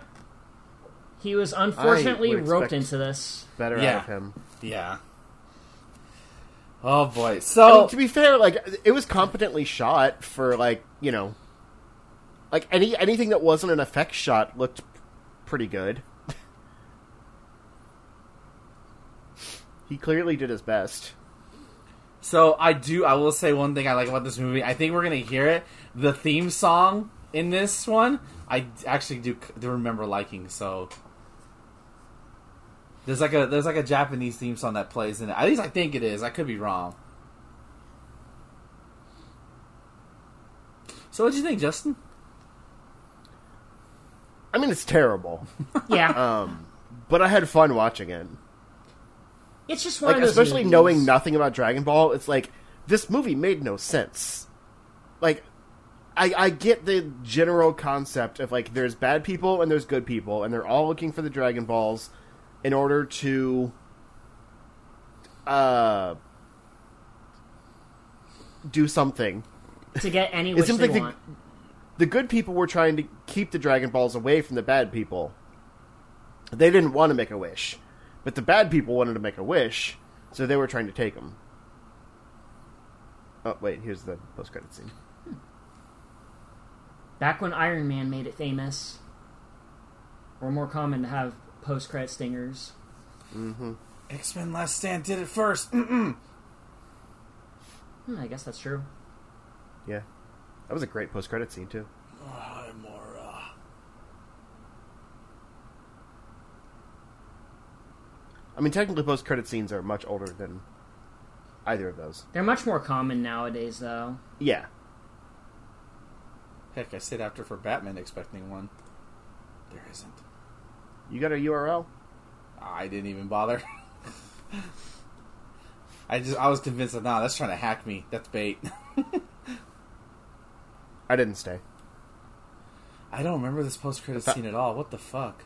C: He was unfortunately
D: would expect-
C: roped into this.
D: better out
B: Yeah.
D: of him?
B: Yeah. Oh boy.
D: I
B: So
D: mean, to be fair, like it was competently shot for like you know, like any anything that wasn't an effects shot looked pretty good. he clearly did his best.
B: So I do. I will say one thing I like about this movie. I think we're gonna hear it. The theme song in this one, I actually do, do remember liking. So there's like a there's like a Japanese theme song that plays in it. At least I think it is. I could be wrong. So what do you think, Justin?
D: I mean, it's terrible,
C: Yeah.
B: Uh,
D: um, but I had fun watching it.
C: it's just one
D: Like,
C: of those
D: especially
C: movies.
D: knowing nothing about Dragon Ball, it's like this movie made no sense. Like, I, I get the general concept of like there's bad people and there's good people, and they're all looking for the Dragon Balls in order to, uh, do something.
C: to get any
D: It
C: wish
D: seems
C: they
D: like the,
C: want.
D: the good people were trying to keep the Dragon Balls away from the bad people. They didn't want to make a wish, but the bad people wanted to make a wish, so they were trying to take them. Oh wait, here's the post-credit scene.
C: Back when Iron Man made it famous, or more common to have post credit stingers.
B: X Men Last Stand did it first.
C: Hmm, I guess that's true.
D: Yeah, that was a great post-credit scene too.
B: Oh, Mora.
D: I mean, technically, post-credit scenes are much older than either of those.
C: They're much more common nowadays, though.
D: Yeah,
B: Heck, I sit after for Batman expecting one. There isn't.
D: you got a URL?
B: I didn't even bother. I just I was convinced that nah, that's trying to hack me. That's bait.
D: I didn't stay. Oh,
B: I don't remember this post credit
D: Fa-
B: scene at all. What the fuck?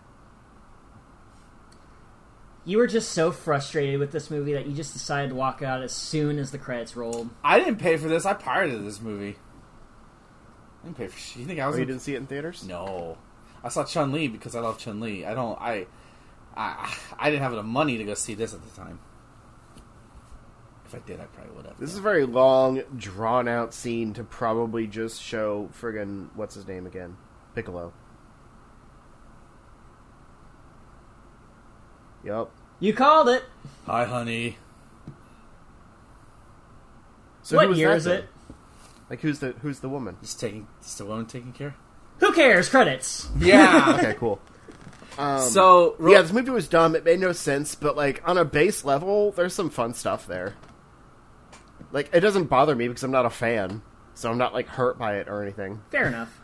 C: You were just so frustrated with this movie that you just decided to walk out as soon as the credits rolled.
B: I didn't pay for this. I pirated this movie. I didn't pay for. sh- You think I
D: Oh,
B: was?
D: you
B: in-
D: didn't see it in theaters?
B: No, I saw Chun Li because I love Chun Li. I don't. I, I, I didn't have the money to go see this at the time. If I did, I probably would have.
D: This is a very long, drawn-out scene to probably just show friggin' what's his name again, Piccolo. Yup.
C: You called it.
B: Hi, honey.
D: So who
C: what
D: was
C: year
D: that
C: is
D: then?
C: it?
D: Like, who's the who's the woman?
B: Just taking. Just a woman taking care.
C: Who cares? Credits.
B: Yeah.
D: Okay, cool. Um,
B: so ro-
D: yeah, this movie was dumb. It made no sense, but like on a base level, there's some fun stuff there. Like it doesn't bother me because I'm not a fan, so I'm not like hurt by it or anything.
C: Fair enough.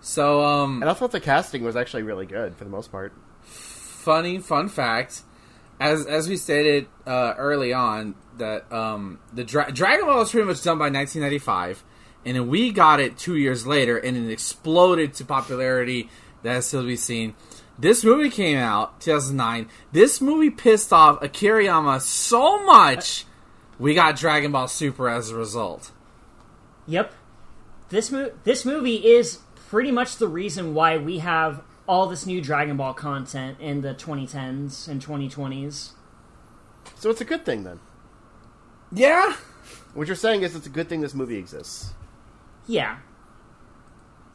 B: so um.
D: And I thought the casting was actually really good for the most part.
B: funny fun fact as as we stated uh, early on that um, the Dra- Dragon Ball was pretty much done by 1995 and then we got it 2 years later and it exploded to popularity that has still to be seen this movie came out 2009 this movie pissed off Akiriyama so much we got Dragon Ball Super as a result
C: Yep. This mo- this movie is pretty much the reason why we have all this new Dragon Ball content in the 2010s and 2020s.
D: So it's a good thing then.
B: yeah
D: What you're saying is it's a good thing this movie exists.
C: Yeah.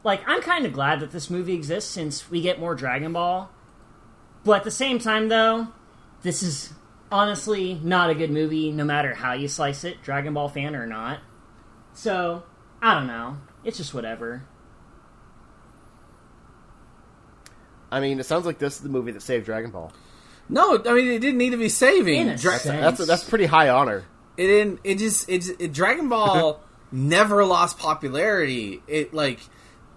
C: Like I'm kind of glad that this movie exists since we get more Dragon Ball. But at the same time though, this is honestly not a good movie no matter how you slice it, Dragon Ball fan or not. So, I don't know. It's just whatever.
D: I mean, it sounds like this is the movie that saved Dragon Ball.
B: no I mean it didn't need to be saving
C: In a
B: Dra-
C: sense.
D: That's that's pretty high honor.
B: it didn't it just it, just- it dragon ball never lost popularity it like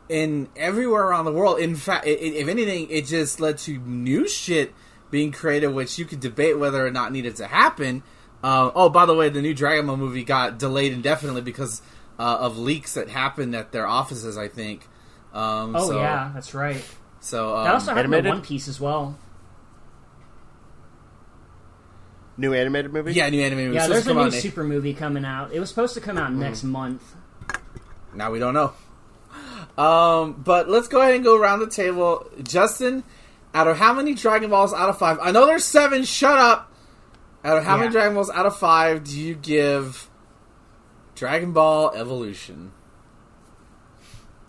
B: in everywhere around the world in fact it, it- if anything it just led to new shit being created which you could debate whether or not needed to happen uh, oh by the way the new dragon ball movie got delayed indefinitely because uh, of leaks that happened at their offices i think um,
C: Oh
B: so,
C: yeah, that's right.
B: so um,
C: That also happened to
D: animated?
C: One Piece as well.
D: New animated movie.
B: yeah new anime movie
C: Yeah,
B: So
C: there's
B: it's
C: a
B: come
C: new
B: out in- Mm-hmm.
C: super movie coming out. It was supposed to come out next month.
B: Now we don't know. Um, but let's go ahead and go around the table. Justin, out of how many Dragon Balls out of five? I know there's seven. Shut up. Out of how
C: Yeah.
B: many Dragon Balls out of five do you give Dragon Ball Evolution?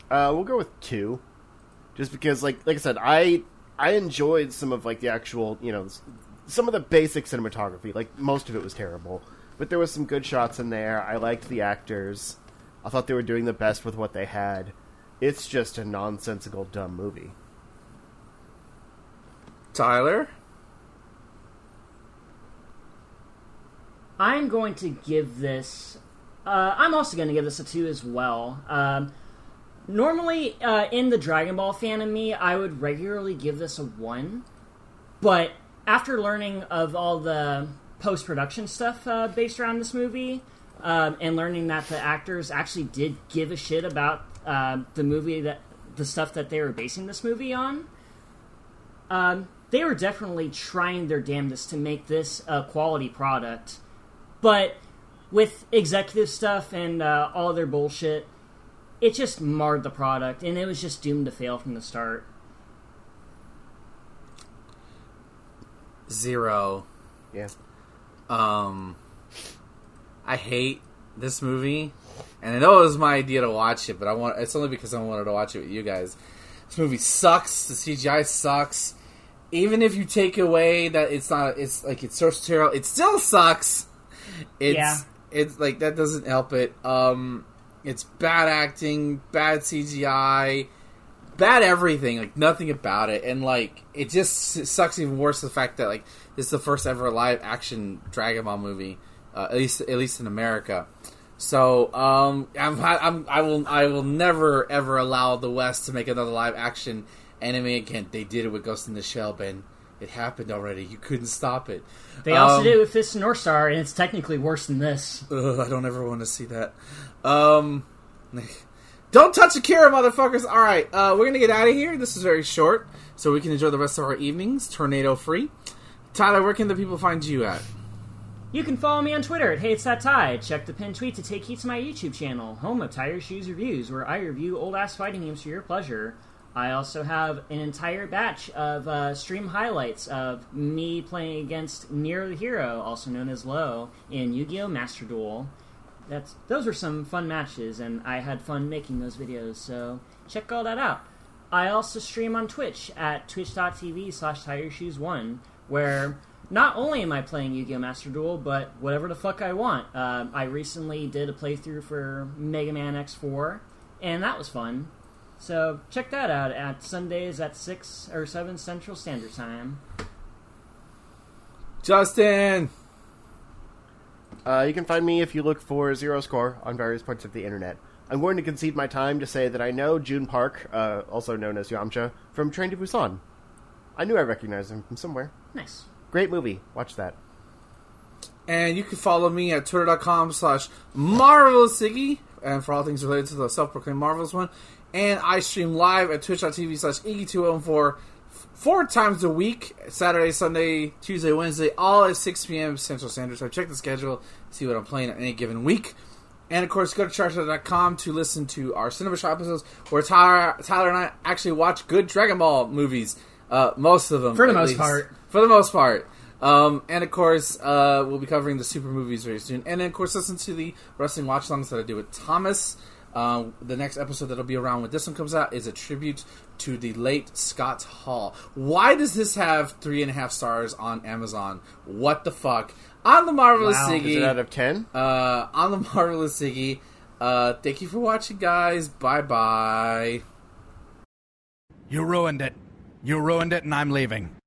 D: Uh, we'll go with two, just because, like, like I said, I I enjoyed some of like the actual, you know, s- some of the basic cinematography. Like most of it was terrible, but there was some good shots in there. I liked the actors. I thought they were doing the best with what they had. It's just a nonsensical, dumb movie.
B: Tyler,
C: I'm going to give this. Uh, I'm also going to give this a two as well. Um, normally, uh, in the Dragon Ball fan in me, I would regularly give this a one, but after learning of all the post production stuff uh, based around this movie, um, and learning that the actors actually did give a shit about uh, the movie that the stuff that they were basing this movie on, um, they were definitely trying their damnedest to make this a quality product but with executive stuff and uh, all their bullshit, it just marred the product, and it was just doomed to fail from the start.
B: zero.
D: Yeah,
B: Um, I hate this movie, and I know it was my idea to watch it, but I want it's only because I wanted to watch it with you guys. This movie sucks. The CGI sucks. Even if you take away that it's not, it's like it's source material, it still sucks. It's
C: Yeah.
B: it's like that doesn't help it. Um, it's bad acting, bad CGI, bad everything. Like nothing about it, and like it just s- sucks even worse. The fact that like this is the first ever live action Dragon Ball movie, uh, at least at least in America. So um, I'm, I'm I will I will never ever allow the West to make another live action anime again. They did it with Ghost in the Shell, Ben. It happened already. You couldn't stop it.
C: They also
B: Um,
C: did it with Fist of North Star, and it's technically worse than this.
B: Ugh, I don't ever want to see that. Um, don't touch Akira, motherfuckers. All right, uh, we're gonna get out of here. This is very short, so we can enjoy the rest of our evenings, tornado free. Tyler, where can the people find you at?
C: You can follow me on Twitter at Hey It's That Ty. Check the pinned tweet to take you to my YouTube channel, home of Tire Shoes Reviews, where I review old ass fighting games for your pleasure. I also have an entire batch of uh, stream highlights of me playing against Nero the Hero, also known as Lo, in Yu-Gi-Oh! Master Duel. That's those were some fun matches, and I had fun making those videos. So check all that out. I also stream on Twitch at twitch.tv slash tireshoes1, where not only am I playing Yu-Gi-Oh! Master Duel, but whatever the fuck I want. Uh, I recently did a playthrough for Mega Man X4, and that was fun. So check that out at Sundays at 6 or 7 Central Standard Time.
B: Justin.
D: Uh, you can find me if you look for Zero Score on various parts of the internet. I'm going to concede my time to say that I know June Park, uh, also known as Yamcha, from Train to Busan. I knew I recognized him from somewhere.
C: Nice.
D: Great movie. Watch that.
B: And you can follow me at twitter.com slash marvelousiggy and for all things related to the self-proclaimed Marvelous one. And I stream live at twitch.tv slash iggy2014 four times a week, Saturday, Sunday, Tuesday, Wednesday, all at 6 p.m. Central Standard Time. Check the schedule, see what I'm playing at any given week. And of course, go to charter.com to listen to our Cinema Shop episodes where Tyler, Tyler and I actually watch good Dragon Ball movies. Uh, most of them.
C: For the
B: at
C: most part.
B: For the most part. Um, and of course, uh, we'll be covering the super movies very soon. And then, of course, listen to the wrestling watch songs that I do with Thomas. Um, the next episode that'll be around when this one comes out is a tribute to the late Scott Hall. Why does this have three and a half stars on Amazon? What the fuck? On the Marvelous
C: Wow.
B: Siggy
D: Is it out of 10?
B: uh, on the marvelous Ziggy. Uh, thank you for watching, guys. Bye bye.
A: You ruined it. You ruined it, and I'm leaving.